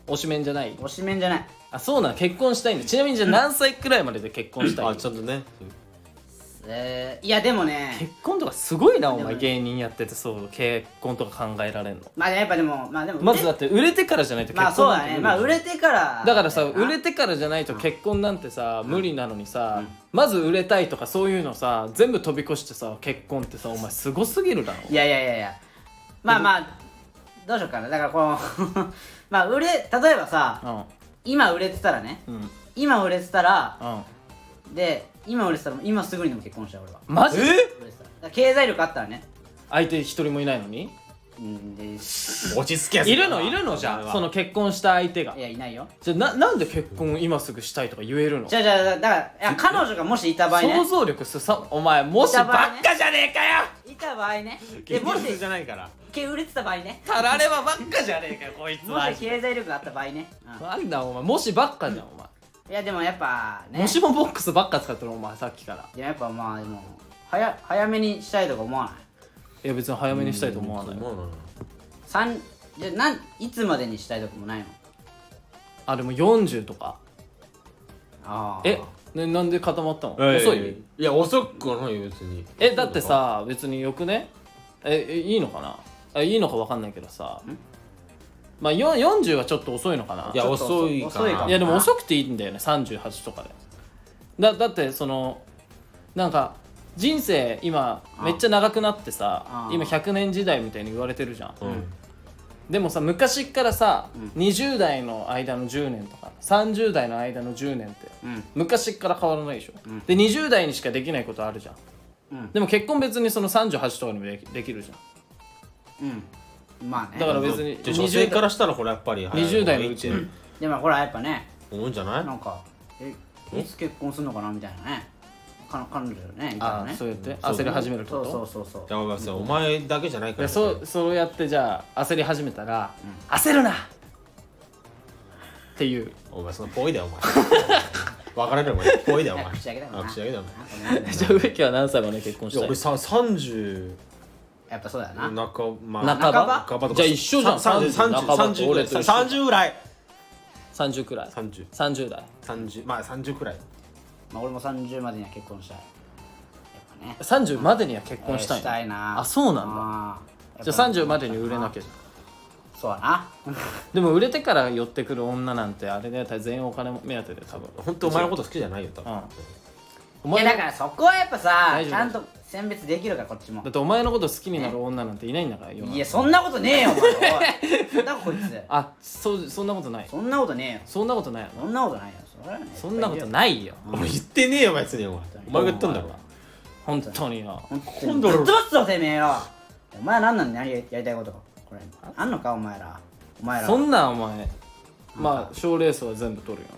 B: 推しメンじゃない
A: うん推しメンじゃない
B: あそうなの結婚したいんだちなみにじゃあ何歳くらいまでで結婚したい
C: あちゃんとね
A: えーいやでもね
B: 結婚とかすごいなお
A: で
B: 前
A: も
B: 芸人やっててそう結婚とか考えられんの
A: まあやっぱでもまあでも
B: まずだ
A: 売れ
B: って売れてからじゃないと結
A: まあ
B: 婚
A: そう
B: なん
A: だ
B: て
A: ね
B: 無理
A: まあ売れてから
B: だからさ
A: よな
B: 売れてからじゃないと結婚なんてさ無理なのにさまず売れたいとかそういうのさ全部飛び越してさ結婚ってさお前すごすぎるだろ
A: いやいやいやいやまあまあどうしようかなだからこの まあ売れ例えばさ今売れてたらね
B: うんうん
A: 今売れてたら
B: うん
A: で今売れてたら今すぐにでも結婚したい俺は
B: マジ
A: 売れてたらだから経済力あったらね
B: 相手一人もいないのに
A: うんでし
C: 落ち着け
B: いるのいるのじ
C: お前
B: ゃあ
C: は
B: その結婚した相手が
A: いやいないよ
B: じゃあななんで結婚今すぐしたいとか言えるの
A: じゃあじゃあだからいや彼女がもしいた場合
B: 想
A: ね
B: 像力すさお前もし
A: や
B: ばっ
A: ばいね
B: かじゃねえかよ
A: いた場合ねで
C: 現
A: もし
C: 実じゃないから
A: け売れてた場合ね
B: たらればばっかじゃねえかよこいつ
A: も
B: は
A: し経済力があった場合ね、う
B: なんだお前もしばっかじゃんお前
A: ん、いやでもやっぱね
B: もしもボックスばっか使ってるお前さっきから
A: いややっぱまあでも早早めにしたいとか思わない
B: いや別に早めにしたいと思わない
C: 思わない
A: 三じゃあなんいつまでにしたいとかもないの
B: あでも40とか
A: ああ
B: えねなんで固まったの
C: え
B: 遅い
C: いや遅くはないよ別に
B: えだってさ別によくねええいいのかなあいいのかわかんないけどさまあよ40はちょっと遅いのかない
C: や遅い
A: 遅いか
C: か
A: も
B: いやでも遅くていいんだよね38とかでだだってそのなんか人生今めっちゃ長くなってさ
A: あ
B: 今100年時代みたいに言われてるじゃん
C: なうん
B: でもさ昔からさ、20代の間の10年とか30代の間の10年って、
A: ん
B: 昔から変わらないでしょ、で20代にしかできないことあるじゃん、
A: うん
B: でも結婚別にその38とかにもできできるじゃん
A: うんまあね
B: だから別
C: で
B: に
C: 女性
B: 20
C: か
B: 代
C: らしたらほらやっぱり
B: 20代のうち
C: 早い方がいいって
A: でもほらやっぱね
C: 思うんじゃない
A: なんかえいつ結婚するのかなみたいなね彼彼女ねみたいな
B: ああ
A: ね
B: そうやって
C: そう
B: 焦り始めるって
A: そ
B: こ
A: う
B: と
A: そうそうそう
C: じゃあさお前だけじゃないか
B: で
C: ら
B: そうそうやってじゃあ焦り始めたら、焦るなっていう
C: お前そのぽいだよお前別れるよお前ぽいだよお前
A: あ口だけだもんな
C: あ口だけだよお前
A: なんかね
B: じゃあ植木は何歳まで結婚
C: いや
B: したい
C: 俺さ30
A: やっぱそうだよな
C: 半ば
B: 半ば
C: 半ばとか
B: じゃあ一緒じゃん
C: さ30 30
B: 半ばと俺と一緒
C: 30ぐらい
B: 30くらい
C: 30
B: 30代
C: 30まあ30くらい
A: まあ俺も30までには結婚したいやっぱね
B: 30までには結婚したいの、
A: したいな
B: あそうなんだ
A: あー
B: じゃあ30までに売れなきゃじゃん
A: そうだな
B: でも売れてから寄ってくる女なんてあれだよ全員お金目当てで多分
C: 本当お前のこと好きじゃないよ多分
B: うんお
A: いや
B: 前の
A: だからそこはやっぱさ
B: 大丈夫
A: ちゃんと選別できるからこっちも
B: だってお前のこと好きになる女なんていないんだから世の中
A: いやそんなことねえよお前おい なんだこいつ
B: あそうそんなことない
A: そんなことねえよ
B: そんなことないよな
A: そんなことないよそれはね
B: そんなこと
A: い
B: ないよ
C: 俺言ってねえよ別にお前お前が言ったんだろ
B: 本当によ
A: 今
C: 今
A: 度
C: 度
A: ぶっ飛ばすぞてめえよお前は何なんだやりやりたいことこれあんのかお前らお前ら
B: そんなんお前まあ賞レースは全部取るよ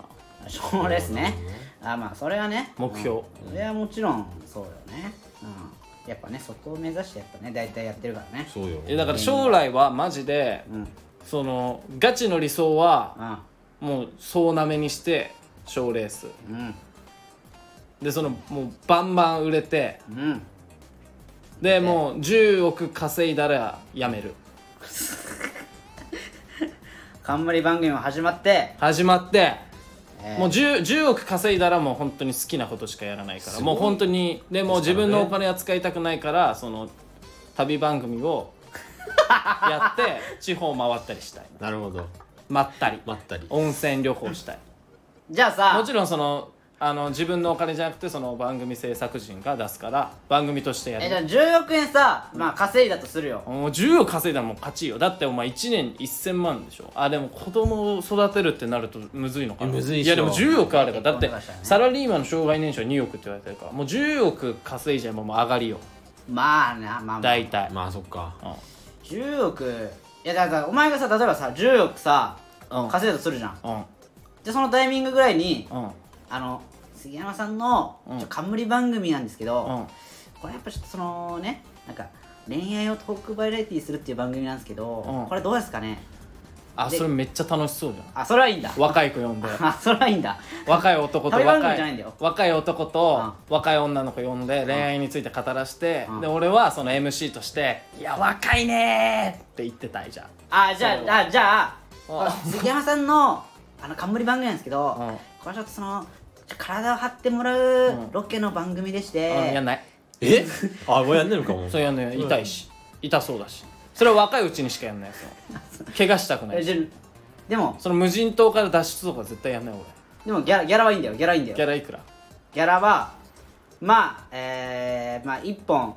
B: な
A: そうですねあまあそれはね
B: 目標
A: それはもちろんそうよねうんやっぱねそこを目指してやっぱね大体やってるからね
C: そうよ
B: えだから将来はマジで
A: うんうん
B: そのガチの理想はもう総なめにして賞レース
A: うん
B: でそのもうバンバン売れて
A: うん
B: でもう10億稼いだらやめる
A: 冠番組も始まって、
B: 始まって
A: えー
B: もう 10, 10億稼いだらもう本当に好きなことしかやらないから
C: すごい
B: もう本当にでもう
C: です
B: 自
C: からね
B: 分のお金は使いたくないからその旅番組 をやって地方回ったりしたい
C: なるほど
B: まったり
C: まったり
B: 温泉旅行したい
A: じゃあさ
B: もちろんそのあの自分のお金じゃなくてその番組制作陣が出すから番組としてや
A: えじゃあ
B: る
A: 10億円さ、まあ、稼いだとするよ
B: もう10億稼いだらもう勝ちよだってお前1年1000万でしょあでも子供を育てるってなるとむずいのかな
C: えむずいっしょ
B: やでも10億あればだって
A: 結構な話だね
B: サラリーマンの障害年収は2億って言われてるからもう10億稼いじゃえばもう上がりよ
A: まあなまあ、まあ、
B: 大体、
C: まあそっか
A: 10億いやだからお前がさ例えばさ10億さ
B: うん
A: 稼いだとするじゃん
B: うんうん
A: でそのタイミングぐらいに
B: うんうん
A: あの杉山さんの
B: うん
A: ちょ冠番組なんですけど、
B: うん
A: これやっぱちょっとそのねなんか恋愛をトークバイラエティーするっていう番組なんですけど、
B: うん
A: これどうですかね
B: あ
A: で
B: それめっちゃ楽しそうじゃん
A: あそれはいい んだ
B: 若い子呼んで
A: あそれはいいんだ
B: 若い男と
A: 旅番組
B: 若
A: じゃないんだ
B: い
A: よ
B: 若い男と若い女の子呼んで恋愛について語らして
A: うん
B: で俺はその MC として「いや若いねー」って言ってたいじゃん
A: あじゃ
B: そう
A: ああじゃあ
B: あ
A: 杉山さんのあの冠番組なんですけど、
B: うん
A: これちょっとその体を張ってもら
B: うん
A: うロケの番組でして、
B: うんやんない
C: えあもうやんねるかも
B: それやんない痛いし痛そうだしそれは若いうちにしかやんないその怪我したくな
A: え
B: いし
A: じゃでも
B: その無人島から脱出とか絶対やんない俺
A: でもギャラギャラはいいんだよギャラいいんだよ
B: ギャラいくら
A: ギャラはまあえー、まあ1本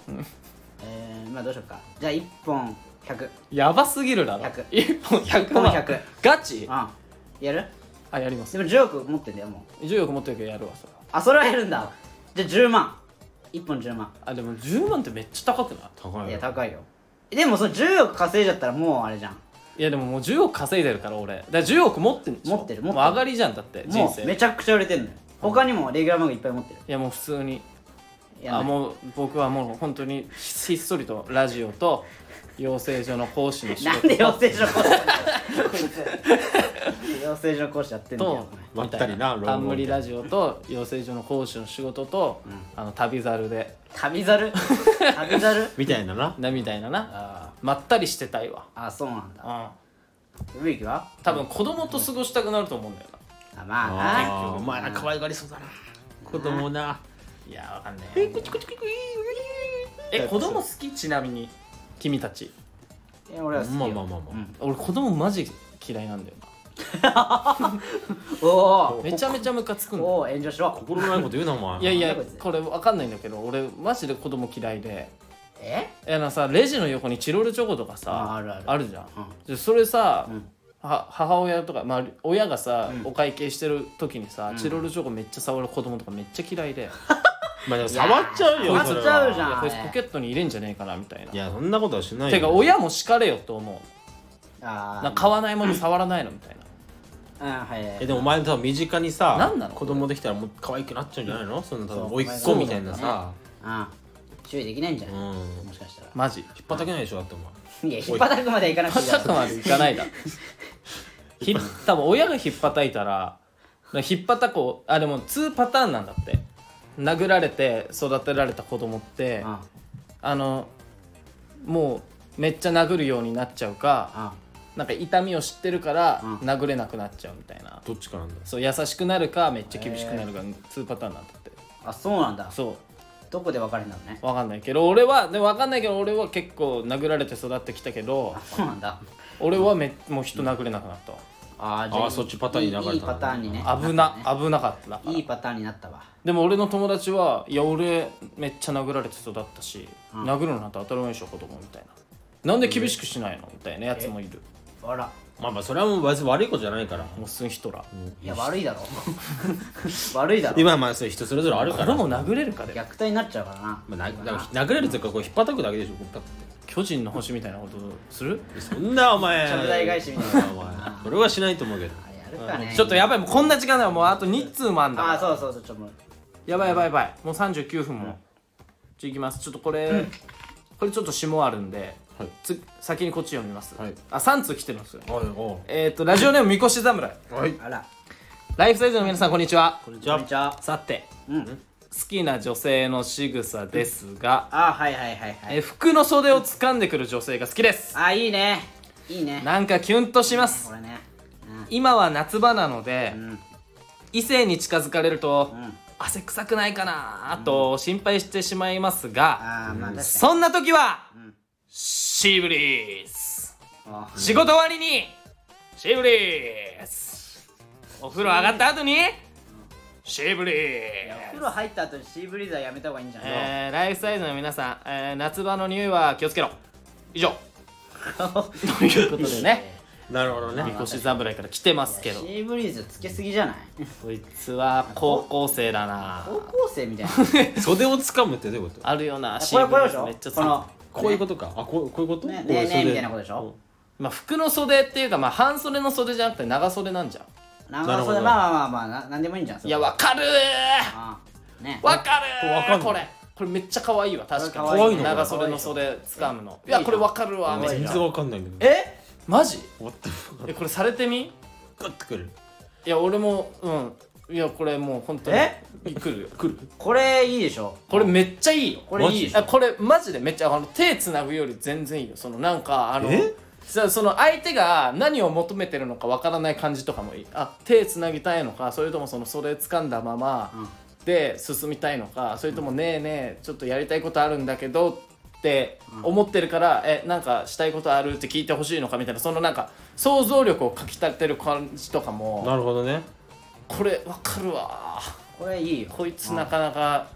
A: えー、まあどうしようかじゃあ1本100
B: やばすぎるだろ
A: 100
B: 1本100
A: 本
B: 万
A: 100
B: ガチ
A: あやる
B: あやります
A: でも10億持ってんだよもう
B: 10億持ってるけどやるわそれは
A: あそれはやるんだじゃあ10万1本10万
B: あでも10万ってめっちゃ高くない
C: 高
A: い
C: い
A: や
C: よ
A: 高いよでもその10億稼いじゃったらもうあれじゃん
B: いやでももう10億稼いでるから俺だから10億持ってるんでしょ
A: 持ってる持ってる
B: もう上がりじゃんだって人
A: もうめ
B: 生
A: ちゃくちゃ売れてんのよ他にもレギュラー番組いっぱい持ってる
B: いやもう普通に
A: いや
B: あもう僕はもう本当にひっそりとラジオと養成所の講師の仕
A: なん
B: 事
A: で養成所講師やってんのこいつ養成所講師や ってんだよお
B: と
A: 前
C: まったりな
B: みい
C: ロンゴ
B: 冠ラジオと養成所の講師の仕事と、あの旅猿で
A: 旅猿旅 猿
C: みたいなな
B: なみたいななまったりしてたいわ
A: あそうなんだ
B: うん
A: 植木は
B: 多分子供と過ごしたくなると思うんだよな
A: あまあな
C: あーお前ら可愛がりそうだな子供ない
B: やわかんないえ子供好きちなみに君たち
A: いや俺は好きよ
C: まあまあまあまあ
A: うん
B: 俺子供マジ嫌いなんだよな
A: おー
B: めちゃめちゃムカつくんだよ
A: おお炎上しろ
C: 心のないこと言うなお前
B: いやいや
A: なんだこいつ
B: これわかんないんだけど俺マジで子供嫌いで
A: え
B: えあのさレジの横にチロルチョコとかさ
A: ああるある
B: じゃん
A: うん、
B: でそれさ、
A: ん
B: は母親とか、まあ、親がさ、お会計してる時にさ、チロルチョコめっちゃ触る子供とかめっちゃ嫌いで、
C: まあでも触っちゃうよ
A: いや
C: それは
A: 触っちゃうじゃん
B: いやこいつ
A: あれ
B: ポケットに入れんじゃねえかなみたいない
C: やそんなことはしないよ
B: てか親も叱れよと思う
A: ああ
B: なんか買わないもの触らないのみたいな
A: うんはいはい
C: えでもお前多分身近にさ
B: なんなの
C: 子供できたらもう可愛くなっちゃうんじゃないのそんな多
A: そう
C: 分甥っ子みたいなさ
A: あー注意できないんじゃ
C: う
A: なんい、
C: 引
A: もしかしたら
B: マジ
C: っ張ったけないでしょだってお前
A: いや引っ張たくまではいかなくていい
B: ちょっとまでいかな いだろひ多分親がひっぱたいたらひっぱたこあでも2パターンなんだって殴られて育てられた子供って
A: あ
B: あのもうめっちゃ殴るようになっちゃうか
A: あ
B: なんか痛みを知ってるから
A: うん
B: 殴れなくなっちゃうみたいな、
C: どっちかなんだ
B: そう優しくなるかめっちゃ厳しくなるか2パターンなんだって
A: あそうなんだ
B: そう
A: どこで分かれんだろうね
B: わかんないけど俺はでもわかんないけど俺は結構殴られて育ってきたけど
A: あそうなんだ
B: 俺はめもう人殴れなくなったわ
A: あー
C: あーそっちパターンに流れた
A: いいいいパターンにね
B: 危な危なかっただから
A: いいパターンになったわ
B: でも俺の友達はいや俺めっちゃ殴られて育ったし、殴るのなんて当たり前でしょ子供みたいななんで厳しくしないのみたいなやつもいる
A: あら
C: まあまあそれはもう別に悪いことじゃないから
B: もうすぐヒトラー
A: いや悪いだろ 悪いだろ
C: 今はまあそういう人それぞれあるか
B: 子
C: ら
B: 供殴れるかで
A: 虐待になっちゃうからな
C: まあ、なだから殴れるというかこう引っ張ったくだけでしょこうパ ッて
B: 巨人の星みたいなことする
C: そんなお前
A: ちゃぶ台返しみたいな
C: お前それはしないと思うけど
A: あやるかね
B: ちょっとやばいもうこんな時間だよもうあと2通もあんだ
A: あーそうそうそうちょっともう
B: やばいやばいやばいもう39分も、ちょいきますちょっとこれ、これちょっと下あるんで
C: はい
B: つ先にこっち読みます、
C: はい
B: あ3通来てますよ
C: はいお
B: えっ、とラジオネームみこし侍
C: うはい
A: あら
B: ライフサイズの皆さんこんにちは
A: こんに
C: ちは
B: さて
A: うん
B: 好きな女性の仕草ですが、
A: あーはいはいはいは
B: え
A: い
B: 服の袖を掴んでくる女性が好きです
A: あーいいねいいね
B: なんかキュンとします
A: これね
B: 今は夏場なので、
A: うんうん
B: 異性に近づかれると、
A: うん
B: 汗臭くないかなと心配してしまいますが、
A: ああまあ確かに
B: そんな時は、
A: ん
B: シーブリース
A: あー
B: 仕事終わりにシーブリースお風呂上がった後にシーブリ
A: お風
B: ース
A: 呂入った後にシーブリーザーやめた方がいいんじゃない、
B: えー、ライフサイズの皆さん、えー夏場の匂いは気をつけろ以上 ということでね
C: なるほどね
B: みこし侍から来てますけど
A: シーブリーズつけすぎじゃない
B: こいつは高校生だな
A: 高校生 みたいな
C: 袖を掴むってどういうこと
B: あるよな
A: これこれでし
B: CVS
A: ょ
B: めっちゃ
A: この
B: さ
C: こういうことかあこうこういうこと
A: ね
C: こう
A: ね
C: い
A: えねえ
C: う袖
A: みたいなことでしょ
B: まあ服の袖っていうかまあ半袖の袖じゃなくて長袖なんじゃん
A: 長袖
C: なるほど
A: まあまあまあまあななんでもいいんじゃんそれ
B: いやわかるー
A: あーね
B: わかるー
C: わかんない
B: これこれめっちゃ可愛いわ確かに
A: これ可愛
C: いの
B: 長袖の袖掴むのい
A: いいじゃん
B: やこれわかるわめっ
C: 全
B: ちゃ
C: 然わかんないんだけど
B: えマジ
C: 終わった
B: えこれされてみ
C: グッとくる
B: いや俺もうんいやこれもう本当に
A: え
B: 来るよ
C: くる
A: これいいでしょ
B: これめっちゃいいよ
A: これいいでしょ
B: あこれマジでめっちゃあの手つなぐより全然いいよそのなんかあの
C: え
B: さその相手が何を求めてるのかわからない感じとかもいいあ手つなぎたいのかそれともその袖掴んだままで進みたいのかそれともねえねえちょっとやりたいことあるんだけどって思ってるから、えなんかしたいことあるって聞いてほしいのかみたいなそのなんか想像力をかきたてる感じとかも
C: なるほどね
B: これわかるわ
A: これいいよ
B: こいつなかなか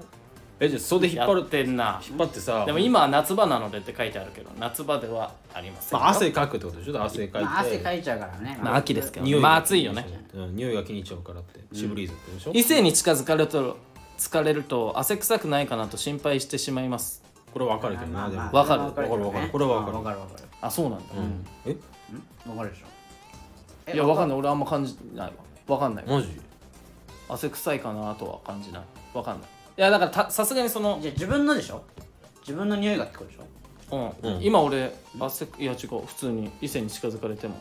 C: えじゃあ袖引っ張
B: や
C: る
B: ってんな
C: 引っ張ってさ
B: でも今は夏場なのでって書いてあるけど夏場ではありません
C: ま
B: よ、
C: あ汗かくってことでしょ汗かいて、
A: まあ、汗かいちゃうからね、
B: まあ秋ですけど
C: 匂いが
B: まあ暑いよね
C: うん匂いが気に入っちゃうからってシブリーズってことでしょ
B: 異性に近づかれると疲れると汗臭くないかなと心配してしまいます
C: これわかるけどなでも
B: わかる
C: わかるわかるこれはわかる
A: わかるわかる
B: あそうなんだ、
C: うんえ
A: わかるでしょえ
B: いやわかんない俺あんま感じないわわかんない
C: マジ
B: 汗臭いかなとは感じないわかんないいやだからたさすがにその、
A: じゃあ自分のでしょ自分の匂いがってことでしょ
B: うん
C: うん
B: 今俺汗いや違う普通に異性に近づかれても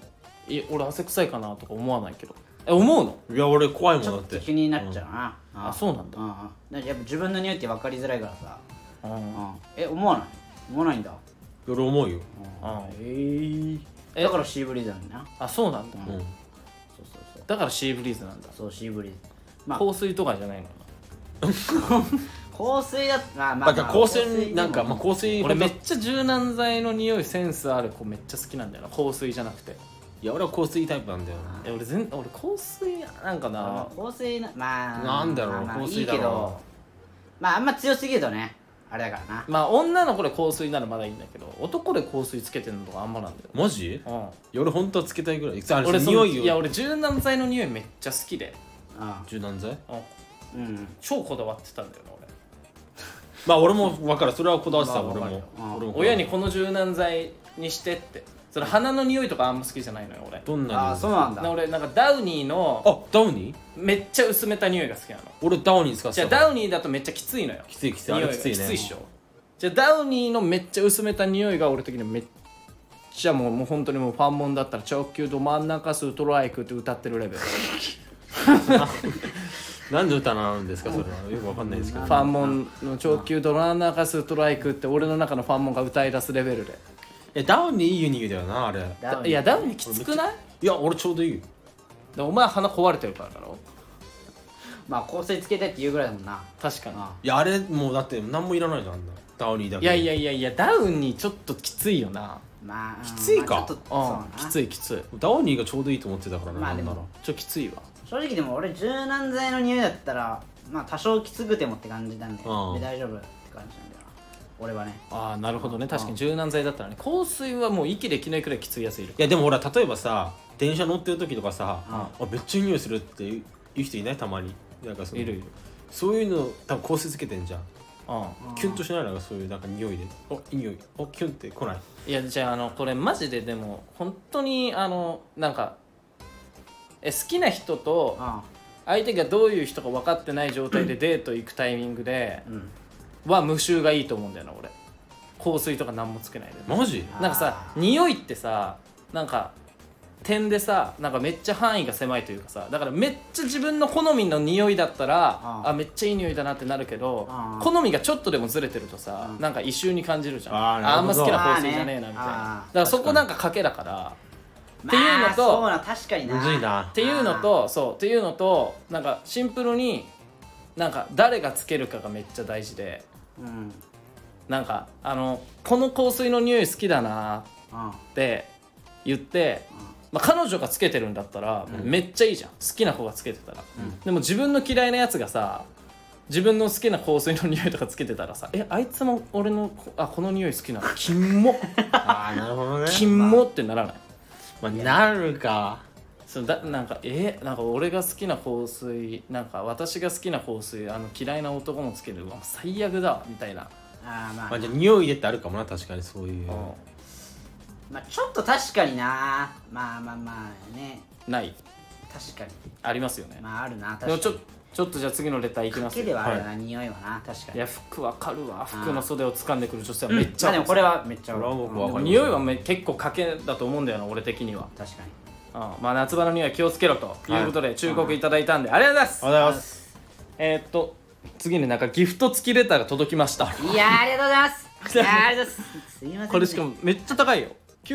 B: いや俺汗臭いかなとか思わないけどえ思うの
C: いや俺怖いもんだっ
A: ちょ
C: て
A: っと気になっちゃうな、
B: あそうなんだ
A: う、んうんだからやっぱ自分の匂いって分かりづらいからさ、
B: うんう、
A: うんん、え思わない思わないんだ
C: 俺思うよ
B: えー、え
A: だからシーブリーズなんだな
B: あそうなんだ、
C: うん
A: そうそうそう
B: だからシーブリーズなんだ
A: そうシーブリーズまあ
B: 香水とかじゃないの
A: 香水だまあま
C: な
A: あ、
C: ん
A: ま
C: か
A: あ、
C: 香水なんかまあ
A: 香
C: 香水
B: 俺めっちゃ柔軟剤の匂いセンスある子めっちゃ好きなんだよな香水じゃなくて
C: いや俺は香水タイプなんだよな
B: え俺全俺香水なんかな
A: 水も香水なまあ
C: なんだろう
A: まあまあ
C: 香水だろう
A: いいけどまああんま強すぎるとねあれだからな
B: まあ女の子で香水ならまだいいんだけど男で香水つけてるのとかあんまなんだよ
C: マジ
B: う
C: いや俺本当はつけたいぐらいさあ
B: ん
C: れ
B: 俺
C: さ
B: そ
C: 匂
B: の
C: い
B: いや
C: を
B: 俺柔軟剤の匂いめっちゃ好きで、
A: あ
C: 柔軟剤
B: うん、
A: あうん
B: 超こだわってたんだよな俺
C: まあ俺も分かるそれはこだわってた
B: まあ
C: 俺
B: わかる
C: も
B: よ
A: うん
C: 俺も
B: 親にこの柔軟剤にしてってそれ鼻の匂いとかあんま好きじゃないのよ俺
C: どんな
A: あ
C: 匂
A: あ
C: い
A: そうなんだ
B: な俺なんかダウニーの
C: あダウニー
B: めっちゃ薄めた匂いが好きなの
C: 俺ダウニー使っ
B: じ
C: て
B: ゃあ
C: た
B: ダウニーだとめっちゃきついのよ
C: きついきついあ
B: 匂い
C: れ
B: が
C: きついね
B: きついっしょじゃあダウニーのめっちゃ薄めた匂いが俺的にめっちゃもうもう本当にもうファンモンだったら直球ど真ん中ストライクって歌ってるレ ベルフ
C: なんで歌なんですかそれはよくわかんないですけど
B: ァンモンの直球ど真ん中ストライクって俺の中のファンモンが歌い出すレベルで
C: えダウニーいいユニーだよなあれ
A: ダウン
B: いやダウニーきつくない
C: いや俺ちょうどいいよ
B: でお前鼻壊れてるからだろ
A: まあ香水つけてって言うぐらいだもんな
B: 確かに
A: あ
C: いやあれもうだって何もいらないじゃんあんなダウニーだけ
B: いやいやいやいやダウニーちょっときついよな
A: まあき
C: ついか
A: ちょっと
B: うんきつ
A: い
B: いきつい
C: ダウニーがちょうどいいと思ってたからな
A: まあ
C: なんな
A: で
C: ら
A: も
B: ちょきついわ
A: 正直でも俺柔軟剤の匂いだったらまあ多少きつくてもって感じなんで
C: うん
A: で大丈夫って感じなんだよな俺はね
B: ああなるほどね確かに柔軟剤だったらね香水はもう息できないくらいきついやついる
C: いやでもほら例えばさ電車乗ってる時とかさ、あめっちゃいい匂いするっていう言う人いないたまになんかその
B: いるいる
C: そういうの多分香水つけてんじゃん
B: うん
C: キュンとしないのがそういうなんか匂いでおいい匂いおキュンって来ない
B: いやじゃああのこれマジででも本当にあのなんかえ好きな人と
A: あ
B: 相手がどういう人か分かってない状態でデート行くタイミングで
A: うん
B: は無臭がいいと思うんだよな俺香水とか何もつけないで
C: マジ
B: なんかさ匂いってさなんか点でさなんかめっちゃ範囲が狭いというかさだからめっちゃ自分の好みの匂いだったら
A: あ
B: あ
A: あ
B: めっちゃいい匂いだなってなるけど
A: ああ
B: 好みがちょっとでもずれてるとさなんか異臭に感じるじゃん
C: ああな
B: ああ
C: るほど
B: んま好きな香水じゃねえなみたいなだ
A: まあねああ
B: からそこなんか賭けだから
A: っ
B: っていうのと
A: そうな確かにな
C: むずいな
B: っていうのとそうっていうのとなんかシンプルになんか誰がつけるかがめっちゃ大事で
A: うんうん
B: なんかあのこの香水の匂い好きだなって言って、まあ、彼女がつけてるんだったらめっちゃいいじゃん、好きな子がつけてたら、でも自分の嫌いなやつがさ自分の好きな香水の匂いとかつけてたらさ「えあいつも俺のこあこの匂い好きなのキ ンモ
C: ああなるほどね
B: キンモ」ってならない
C: まあ、なるか
B: そのだなんかえなんか俺が好きな香水なんか私が好きな香水あの嫌いな男もつけるうわ最悪だみたいな、
A: ああまあ
C: まあじゃあ匂いでってあるかもな確かにそういう
A: まあちょっと確かになまあまあまあね
B: ない
A: 確かに
B: ありますよね、
A: まああるな確か
B: でも
A: に
B: ちょちょっとじゃあ次のレターいきま
A: だ
B: す
A: け
B: よ
A: ではあるな、匂いはな確か
B: い
A: に
B: や服わかるわ服の袖を掴んでくる女性はめっち
A: ま
B: ゃ
A: あでもこれはめっちゃ
C: これは僕は
B: で
C: 分
B: も
C: かります
B: 匂いはめ結構賭けだと思うんだよな俺的には、
A: 確かに
B: うんまあ夏場の匂い気をつけろということで忠告いただいたんで、ありがとうございます
C: ありがとうございます
B: えーっと次になんかギフト付きレターが届きました
A: いやーありがとうございますいやーありがとうございますすいません、ね、
B: これしかもめっちゃ高いよ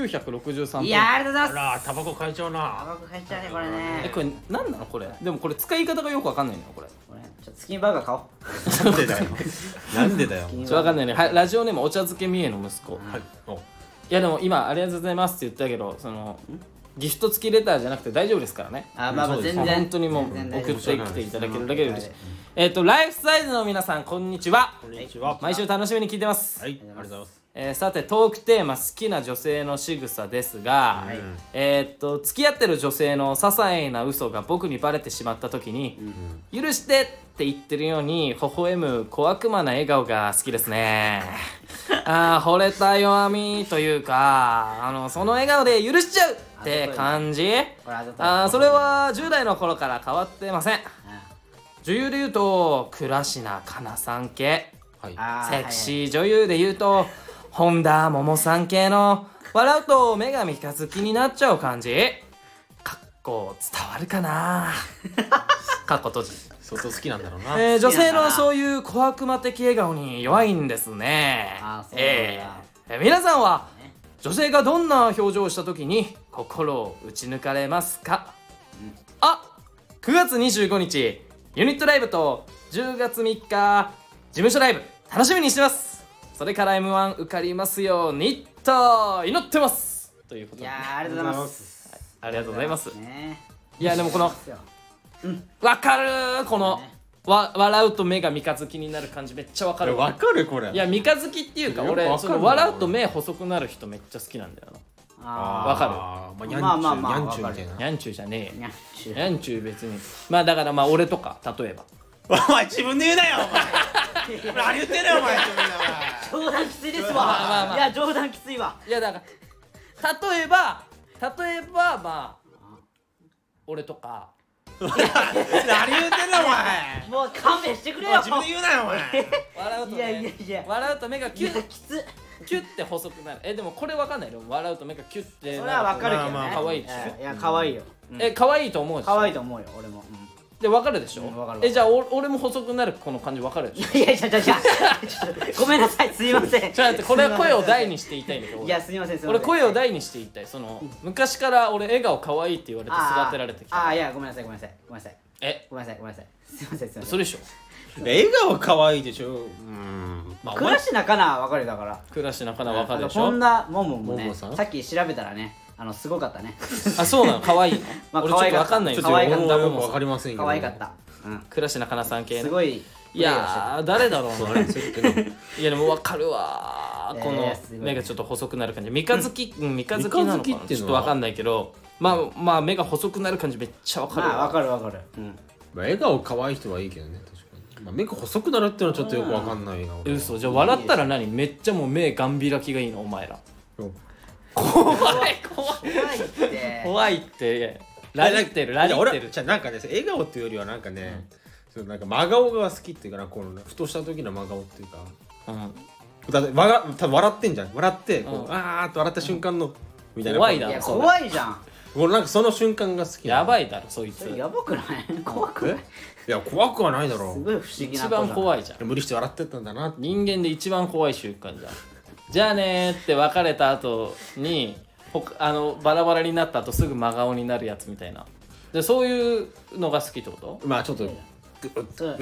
B: 963円
A: いやーありがとうございます
C: らタバコ買いちゃう
A: タ
C: な
A: バコ入っちゃうねこれ
B: え
A: ね
B: これ何なのこれでもこれ使い方がよくわかんないのよこれ
A: これちょっと月見バーガー買おう
C: なんでだ よなんでだよ
B: ちょっとわかんないねはいラジオネームお茶漬け三重の息子
C: はいお
B: いやでも今ありがとうございますって言ったけどそのギフト付きレターじゃなくて大丈夫ですからね
A: あーまあまあ
C: そうです
A: 全然
B: 本当にもう
A: 全然大
B: 送
A: 丈夫
B: ってきていただけるだけで嬉しい
A: うん
B: えっとライフサイズの皆さんこんにちは
C: こんにちは
B: 毎週楽しみに聞いてます、
C: はいありがとうございます
B: えーさてトークテーマ好きな女性の仕草ですが、えーっと付き合ってる女性の些細な嘘が僕にバレてしまった時に「許して!」って言ってるように微笑む小悪魔な笑顔が好きですねああ惚れた弱みというかあのその笑顔で許しちゃうって感じ
A: これあざとい
B: あーそれは10代の頃から変わってません女優で言うと倉科香菜さん系
C: はい
A: あ
B: セク
A: ー
B: シー女優で言うと本田桃さん系の笑うと目が三日月になっちゃう感じかっこ伝わる かなかっこ閉じ、
C: 相当好きなんだろうな
B: えー、女性
A: 好きなんだ
B: の
A: な
B: そういう小悪魔的笑顔に弱いんですね
A: あーそうなんだ
B: えーえー皆さんは女性がどんな表情をした時に心を打ち抜かれますか、あ9月25日ユニットライブと10月3日事務所ライブ楽しみにしてますそれから m 1受かりますようにと祈ってますという
A: はい
B: こと
A: い
B: で
A: やーありがとうございます
B: ありがとうございます
A: ね
B: いやでもこの
A: そう
B: わかるーこのわ笑うと目が三日月になる感じめっちゃわか
C: これ
B: る
C: わかるこれ
B: いや三日月っていうか
C: よくわかる
B: 俺
C: な
B: その笑うと目細くなる人めっちゃ好きなんだよ
A: あ
B: わかる
C: る
A: ま
C: ま
A: あま
C: あま
A: あ
C: あ
A: まあ
C: まあニャンチューニャン
B: なやんち
C: チューみ
B: ゅうじゃね
A: ーにゃっちゅう
B: えよやんちゅう別にまあだからまあ俺とか例えば
C: たいなお前自分で言うなよお前何言ってんだよお前自分で
A: 冗談きついですわ、
B: あまあまあ
A: いや冗談きついわ
B: いやだから例えば例えばまあ俺とか
C: お前何言ってんだよお前
A: もう勘弁してくれよ
C: お前自分で言うなよお前
B: 笑うと、ね、
A: いやいやいや
B: 笑うと目が
A: い
B: キュ
A: や
B: ッ
A: きつ
B: キュッて細くなるえでもこれわかんないよ笑うと目がキュッて
A: それはわかるけどね、
C: まあまあ
B: 可愛いし
A: いや可愛いよ、うん
B: え可愛いと思うでしょ
A: 可愛いと思うよ俺も、うん
B: でわかるでしょ、
A: うんわかるわかる
B: えじゃあお俺も細くなるこの感じわ かるでしょ
A: いやいやいやいやごめんなさいすいません
B: ちょっと待ってこれは声を大にして言いたいんだけど
A: い
B: 俺
A: やすいませんすいません
B: 俺声を大にして言いたいその昔から俺笑顔可愛いって言われて
A: あー
B: 育てられてき
A: あ
B: た
A: ーいやごめんなさいごめんなさいごめんなさい
B: え
A: ごめんなさいごめんなさいすいませんすいませ
B: そ
A: ん
B: れでしょ
C: 笑顔可愛いでしょうんまあお
A: 倉
C: 前
A: 科かなわかるよだから
B: 暮らしなかなわか
A: あ
B: るで
A: と
B: しょ
A: 本田ももも
C: も
A: ね
C: もさん
A: さっき調べたらねあのすごかった ね
B: あそうなの可愛いの、
A: まあ
B: 俺ちょっとわかんない
C: ちょ
B: よ
C: っと
A: 可愛
C: 俺
A: かった
C: も
B: ダボ
C: よく
B: モ
C: わ
B: さ
C: か
B: ん
C: りませんけど
A: 可愛かった、うん、
B: 暮らしなかなさん系ね
A: すごい
B: いやー誰だろう
C: そう
B: な
C: なんですよってね
B: いやでもわかるわーこ
A: え
B: の
A: ーすごい
B: 目がちょっと細くなる感じ三日月うん三日月なの
C: 三日
B: か
C: 月
B: な
C: っていうのは
B: ちょっとわかんないけどまあまあ目が細くなる感じめっちゃわかる
A: まあわ
B: わ
A: かるわかる、うん、
C: まあ笑顔可愛い人はいいけどね確かにまあ目が細くなるっていうのはちょっとよくわかんないな俺は
B: 嘘じゃあ笑ったら何めっちゃもう目ガン開きがいいのお前ら
C: そう
B: 怖い怖い
A: 怖いって
B: 怖いってラリってるラリって
C: 俺
B: る
C: じゃあなんかね笑顔っていうよりはなんかね、そうなんか真顔が好きっていうかなこのねふとした時の真顔っていうか
B: うん
C: だってわが多分笑ってんじゃん笑ってこう、
B: うん
C: あーっと笑った瞬間の、みたいな
B: 怖いない
A: や
B: そうだ
A: 怖いじゃん
C: 俺なんかその瞬間が好きなの
B: やばいだろそいつ
A: それやばくない怖くない
C: えいや怖くはないだろ
A: すごい不思議な
B: 一番
A: い
B: 怖いじゃん
C: 無理して笑ってたんだなって
B: 人間で一番怖い習慣じゃんじゃあねーって別れた後にほかあのバラバラになった後すぐ真顔になるやつみたいなでそういうのが好きってこと
C: まあちょっとい
A: それ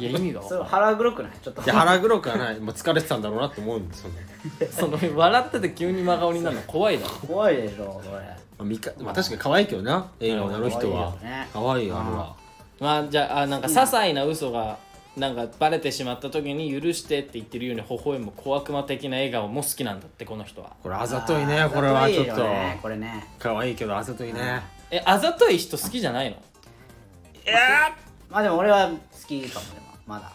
B: いや意味が分
A: それ
B: か
A: 腹黒くないちょっと
C: や腹黒くはないもう疲れてたんだろうなって思うんですよね、
B: んないその笑ってて急に真顔になるの怖いだろ
A: 怖いでしょこれ
C: まあ見かまあ、確かに可愛いけどな映画をやる人は可愛いよあれは
B: まあじゃああなんか些細な嘘がなんかバレてしまった時に「許して」って言ってるように微笑む小悪魔的な笑顔も好きなんだってこの人は
C: これあざといねこれはちょ
A: あ
C: っ
A: ざ
C: と
A: いよねこれね
C: 可愛いけどあざといね
B: えあざとい人好きじゃないの
A: まあでも俺は好きかもでもまだ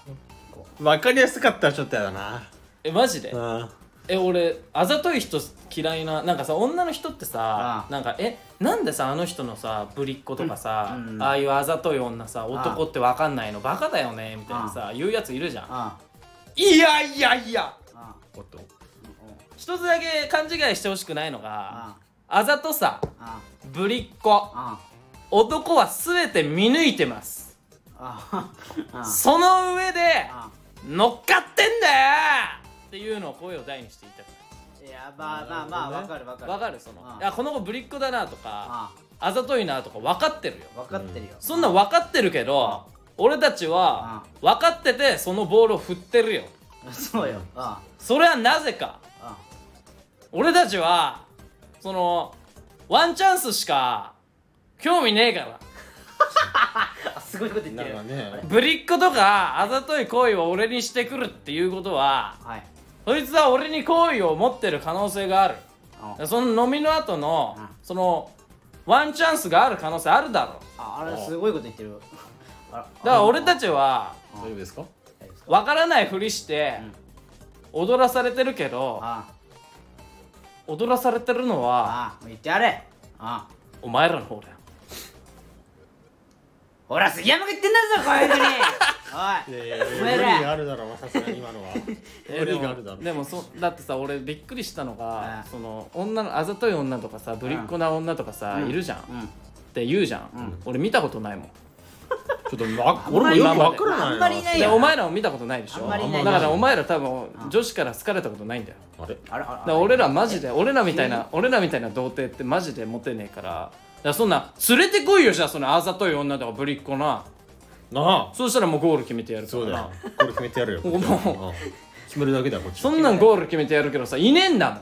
A: こ
C: わかりやすかったらちょっとやだな
B: えマジで
C: うん
B: え俺あざとい人嫌いななんかさ女の人ってさ
A: ああ
B: なんかえなんでさあの人のさぶりっ子とかさ、
A: うんうん
B: ああいうあざとい女さ男ってわかんないのバカだよねみたいなさ言うやついるじゃん
A: あ
B: いやいやいや
A: ああ
C: おっと
B: 一つだけ勘違いしてほしくないのが
A: あ
B: あざとさ
A: あ
B: ぶりっ子
A: あ
B: 男は全て見抜いてます
A: あああ
B: その上で
A: あ
B: 乗っかってんだよっていうのを声を大にして言いたく
A: いやまあまあまあわかるわか
B: ない
A: る
B: わかるその
A: ああ
B: いやこの子ぶりっ子だなとか
A: あ
B: あざといなとか分かってるよ
A: あ分かってるよ
B: そんなん分かってるけど俺たちは分かっててそのボールを振ってるよ
A: そうよあ
B: それはなぜか
A: あ
B: 俺たちはそのワンチャンスしか興味ねえから
A: ああすごいこと言って
C: なん
A: る
C: かね
B: ぶりっ子とかあざとい行為を俺にしてくるっていうことは
A: はい
B: そいつは俺に好意を持ってる可能性があ
A: あ
B: るその飲みの後の
A: うん
B: そのワンチャンスがある可能性あるだろ
A: ああれすごいこと言ってるあ
B: だから俺
A: あ
B: たちは
C: 大丈夫ですか
A: 大丈夫ですか
B: 分からないふりして踊らされてるけど
A: あ
B: 踊らされてるの
A: あ
B: は
A: ああもう言ってやれああ
B: お前らの方だよ
A: ほら杉山が言ってんだぞこういうふうにおいお前ら
C: あるだろうさすがに今の は無
B: で
C: 理があ
B: も
C: るだろ
B: でもそだってさ俺びっくりしたのが
A: ああ
B: その女のあざとい女とかさぶりっ子な女とかさ
A: うん
B: いるじゃんっ
A: うん
B: て言うじゃん俺見たことないもん
C: ちょっとま
A: あん
C: 俺
A: ま
C: も
A: り
C: よくわからない
A: あ
C: なん
A: まりいない
B: で
A: よ
B: お前らも見たことないでし
A: あ
B: ょ
A: んま
B: だ
A: りいない
B: からお前ら多分女子から好かれたことないんだよ
C: あれ
A: あれあれ
B: だから俺らマジで俺らみたいな俺らみたいな童貞ってマジでモテねえからだからそんな連れてこいよじゃあそのあざとい女とかぶりっ子な
C: なあ
B: そうしたらもうゴール決めてやるから
C: そ
B: な
C: うだよこれ決めてやるよ
B: もう
C: うん決めるだけだよこっち
B: そんなんゴール決めてやるけどさいねえんだもん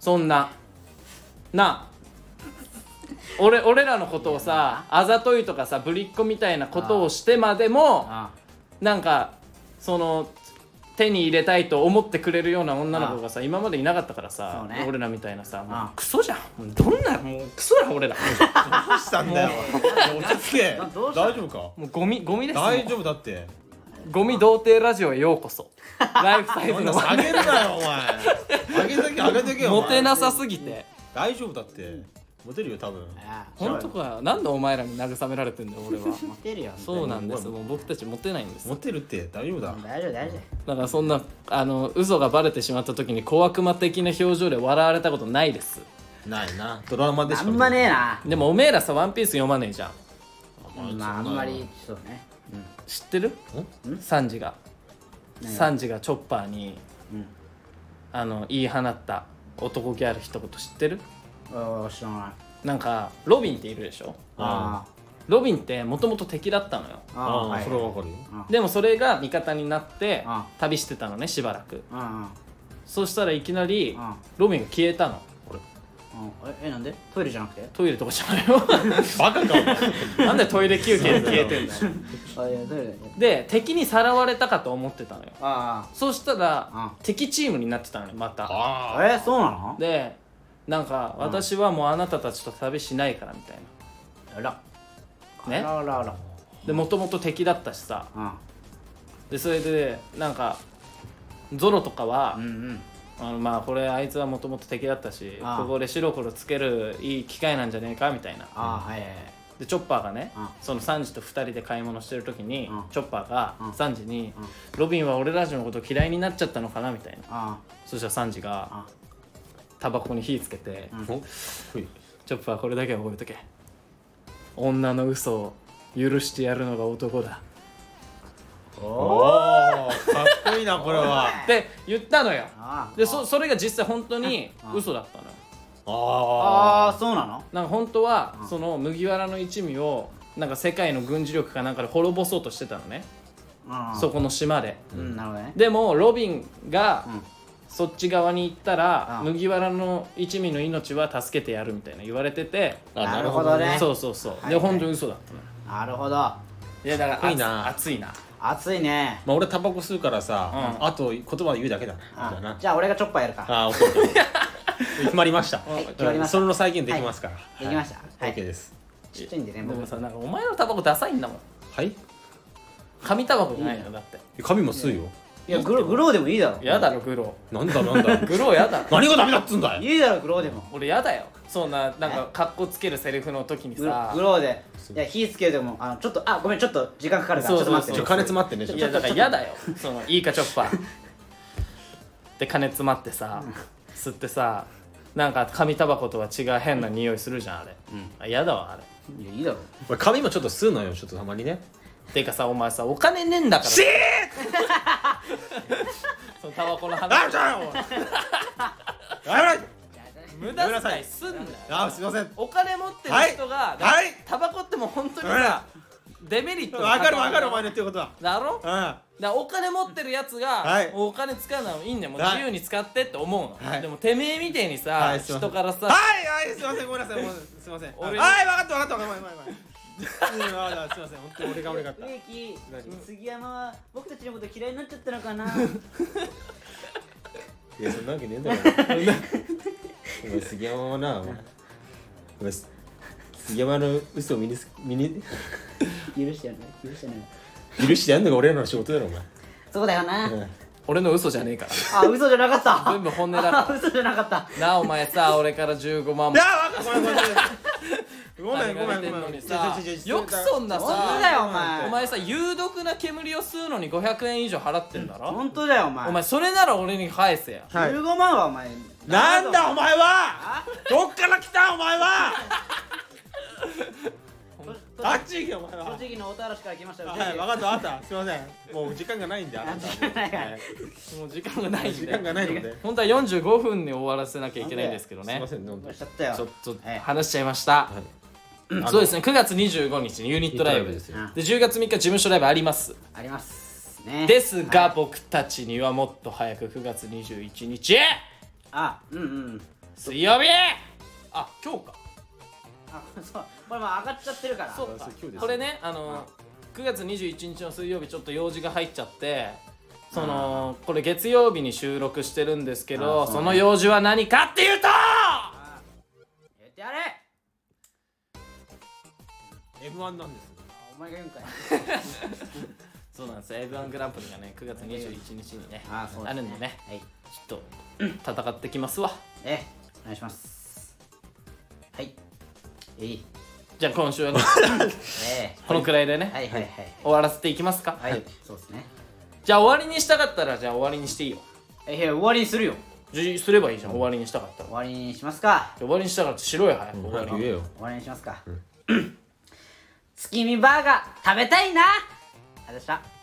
B: そんななあ俺俺らのことをさあざといとかさぶりっ子みたいなことをしてまでも
A: あ
B: なんかその手に入れたいと思ってくれるような女の子がさ今までいなかったからさ、
A: そうね
B: 俺らみたいなさも
A: あ
B: うクソじゃんもうどんなもうクソだ俺ら
C: どうしたんだよおい落ち着け
A: な
C: 大
A: どうした
C: 丈夫か
B: もうゴミゴミですもう
C: 大丈夫だって
B: ゴミ童貞ラジオへようこそライフサイズの
C: 下げるなよお前上げとけ上げとけよお前
B: モテなさすぎて
C: 大丈夫だってモテるよ多分
A: あ
B: 本当かなんでお前らに慰められてんだよ俺は
A: 持ってるよ
B: そうなんですもう僕たちモテないんです
C: モテるって大丈夫だ
A: 大丈夫大丈
B: だからそんなあの嘘がバレてしまった時に小悪魔的な表情で笑われたことないです
C: ないなドラマで
A: 夫
C: し
A: あ
C: か
A: んまねえな
B: でもおめえらさ「ワンピース読まねえじゃん
A: まああんまりそうね
B: 知ってるサンジがサンジがチョッパーに、
A: うん
B: あの言い放った男気ある一言知ってる
A: おお知らない
B: なんかロビンっているでしょ
A: あ
B: ロビンってもともと敵だったのよ
A: ああ
C: あ
A: は
C: あ
A: い
C: それはわかるよ
B: でもそれが味方になって
A: あ
B: 旅してたのねしばらく
A: うんうんうん
B: そしたらいきなり
A: あ
B: ロビンが消えたの
A: ええなんでトイレじゃなくて
B: トイレとかじゃないよ
C: バカかお前
B: なんでトイレ休憩で消えてんだよ
A: あいやトイレ
B: で敵にさらわれたかと思ってたのよ
A: あ
B: そしたら
A: う
B: 敵チームになってたのよまた
C: あ
A: あえそうなの
B: でなんか私はもうあなたたちと旅しないからみたい
A: あら
B: なね
A: あらあら
B: でもともと敵だったしさ
A: あ
B: でそれでなんかゾロとかは
A: う、んうん
B: あのまあこれあいつはもともと敵だったし
A: ああ
B: ここで白黒つけるいい機会なんじゃねえかみたいな
A: あはいはい
B: でチョッパーがね、
A: うん
B: そのサンジと2人で買い物してる時に、
A: うん
B: チョッパーが
A: うん
B: サンジに、ロビンは俺たちのこと嫌いになっちゃったのかな」みたいな
A: あ
B: そしたらサンジが
A: あ
B: タバコに火つけて、
C: おほい
B: チョッパーこれだけは覚えとけ女の嘘を許してやるのが男だ
A: おお
C: おーかっこいいなこれは
B: って言ったのよ
A: あー
B: でそそれが実際本当に
A: うん
B: 嘘だったのよ
A: あ
C: あ
A: ーそうなの
B: なんか本当はその麦わらの一味をなんか世界の軍事力かなんかで滅ぼそうとしてたのね
A: うん
B: そこの島で
A: うんなるほどね
B: でもロビンが
A: うん
B: そっち側に行ったら
A: うん
B: 麦わらの一味の命は助けてやるみたいな言われてて
C: あ
A: なるほどね
B: そうそうそう、
A: はい
B: で
A: はい
B: 本当に嘘だったのよ
A: なるほど
B: いやだから
C: かっこいいな
B: 熱いな
A: 熱いね
C: まあ俺タバコ吸うからさ、あと言葉言うだけだ
A: あ
C: だな
A: じゃあ俺がチョッパーやるか
C: ああ OK 決まりました
A: い決まりました
C: それの再現できますから、
A: いできましたはい
C: OK です
A: ちっちゃいんでね
B: で
A: 僕
B: もさなんかお前のタバコダサいんだもん
C: はい
B: 紙タバコじゃないのだって
C: 髪も吸うよ
A: いやグログローでもいいだろ
B: やだろグロ
C: なんだなんだ
B: ーグローやだろ
C: 何がダメだっつうんだよ
A: いいだろグローでも
B: 俺やだよそんななんかかっこつけるセリフの時に
A: グロ
B: さ
A: グローでいや火つけてもあのちょっとあごめんちょっと時間かかるからちょ
B: そ
A: っ
B: う
A: と
B: そう
A: 待
B: そ
A: って
B: う
C: ちょ
A: ね
C: 金詰まってんねちょ
B: いやだから嫌だよそのいいかチョッパーで金詰まってさ吸ってさなんか紙タバコとは違う変な匂いするじゃんあれ、あ嫌だわあれ
A: いやいいだろ
C: 俺髪もちょっと吸うのよちょっとたまにね
B: てかさお前さお金ねえんだからそのタバコの話
C: だよやめろ
B: 無駄遣いすんなよ
C: あすいません
B: お金持ってる人が、
C: いはい
B: タバコってもう本当に
C: ほら
B: さデメリットが
C: わかるわかるお前の
B: だ
C: 言ってることは
B: ろだか
C: う
B: らお金持ってるやつが、
C: はい
B: お金使うのはいいんだよもう
C: はい
B: 自由に使ってって思うの、
C: はい
B: でもてめえみてえにさ、
C: はいすいませ
B: 人
C: ん
B: からさ、
C: んはいはいすいませんごめんなさいもうすいません
B: 俺
C: はい
B: に
C: わかったわかったわかったごめんごめんごめんうんわかったすいません本当に俺が悪かった
A: 植木杉山は僕たちのこと嫌いになっちゃったのかない
C: やそんなわけねえだろお前杉山はなお前お前す杉山の嘘を身につ身に
A: 許してやる許してやる
C: 許してやんのが俺らの仕事だろお前、
A: そうだよな
C: うん
B: 俺の嘘じゃねえから
A: あ嘘じゃなかった
B: 全部本音だから
A: あ嘘じゃなかった
B: なあお前 さ俺から15万も
C: やわかごめんごめんごめんごめんごめんごめん
B: さよくそんな
A: 本当
B: さ
A: だよお前
B: お前さ有毒な煙を吸うのに500円以上払ってんだろ、
A: 本当だよお前
B: お前それなら俺に返せよ
C: はい
A: 15万はお前
C: なんだお前はどっから来たお前はあっち行けお前は
A: 栃木の大田原市から来ましたよ
C: はいわかったわかったすいませんもう時間がないんであなた
A: 時間ないから
C: はい
B: もう時間がないん
C: 時間
B: で
C: がないので
B: 本当は45分に終わらせなきゃいけないんですけど
C: すい
B: ね
C: ませんね本当
A: おっ
C: に
A: しちゃったよ
B: ちょっと
A: はい
B: 話しちゃいました、
C: あの
B: そうですね9月25日にユニットライブ
C: ユニ
B: で
C: ット
A: ライブ
B: 10月3日事務所ライブあります
A: ありますね
B: ですが、
A: はい
B: 僕たちにはもっと早く9月21日
A: あうんうん
B: 水曜日あ今日か
A: あそうこれもう上がっちゃってるから
B: そうか
C: そう今日です
B: これねあの9月21日の水曜日ちょっと用事が入っちゃってそのこれ月曜日に収録してるんですけ
A: あ
B: ど
A: ー
B: その用事は何かっていうと
A: 言ってやれ
C: M1 なんです
A: あお前が 言うんかい
B: そうなんです M1 グランプリがね9月21日にね
A: あそう
B: あ
A: です
B: るんでね
A: はい
B: ちょっと戦ってきますわ
A: えお願いしますはいえい
B: じゃあ今週は ね
A: え
B: このくらいでね
A: はいはいはい
B: 終わらせていきますか
A: はいはいそうですね
B: じゃあ終わりにしたかったらじゃあ終わりにしていいよ
A: えいや終わりにするよ
B: じゃあすればいいじゃん終わりにしたかったら
A: 終わりにしますか
B: 終わりにしたかったらしろよ早く終わ
C: 早
B: り
C: く言えよ
A: 終わ りにしますか、月見バーガー食べたいなありがとうございました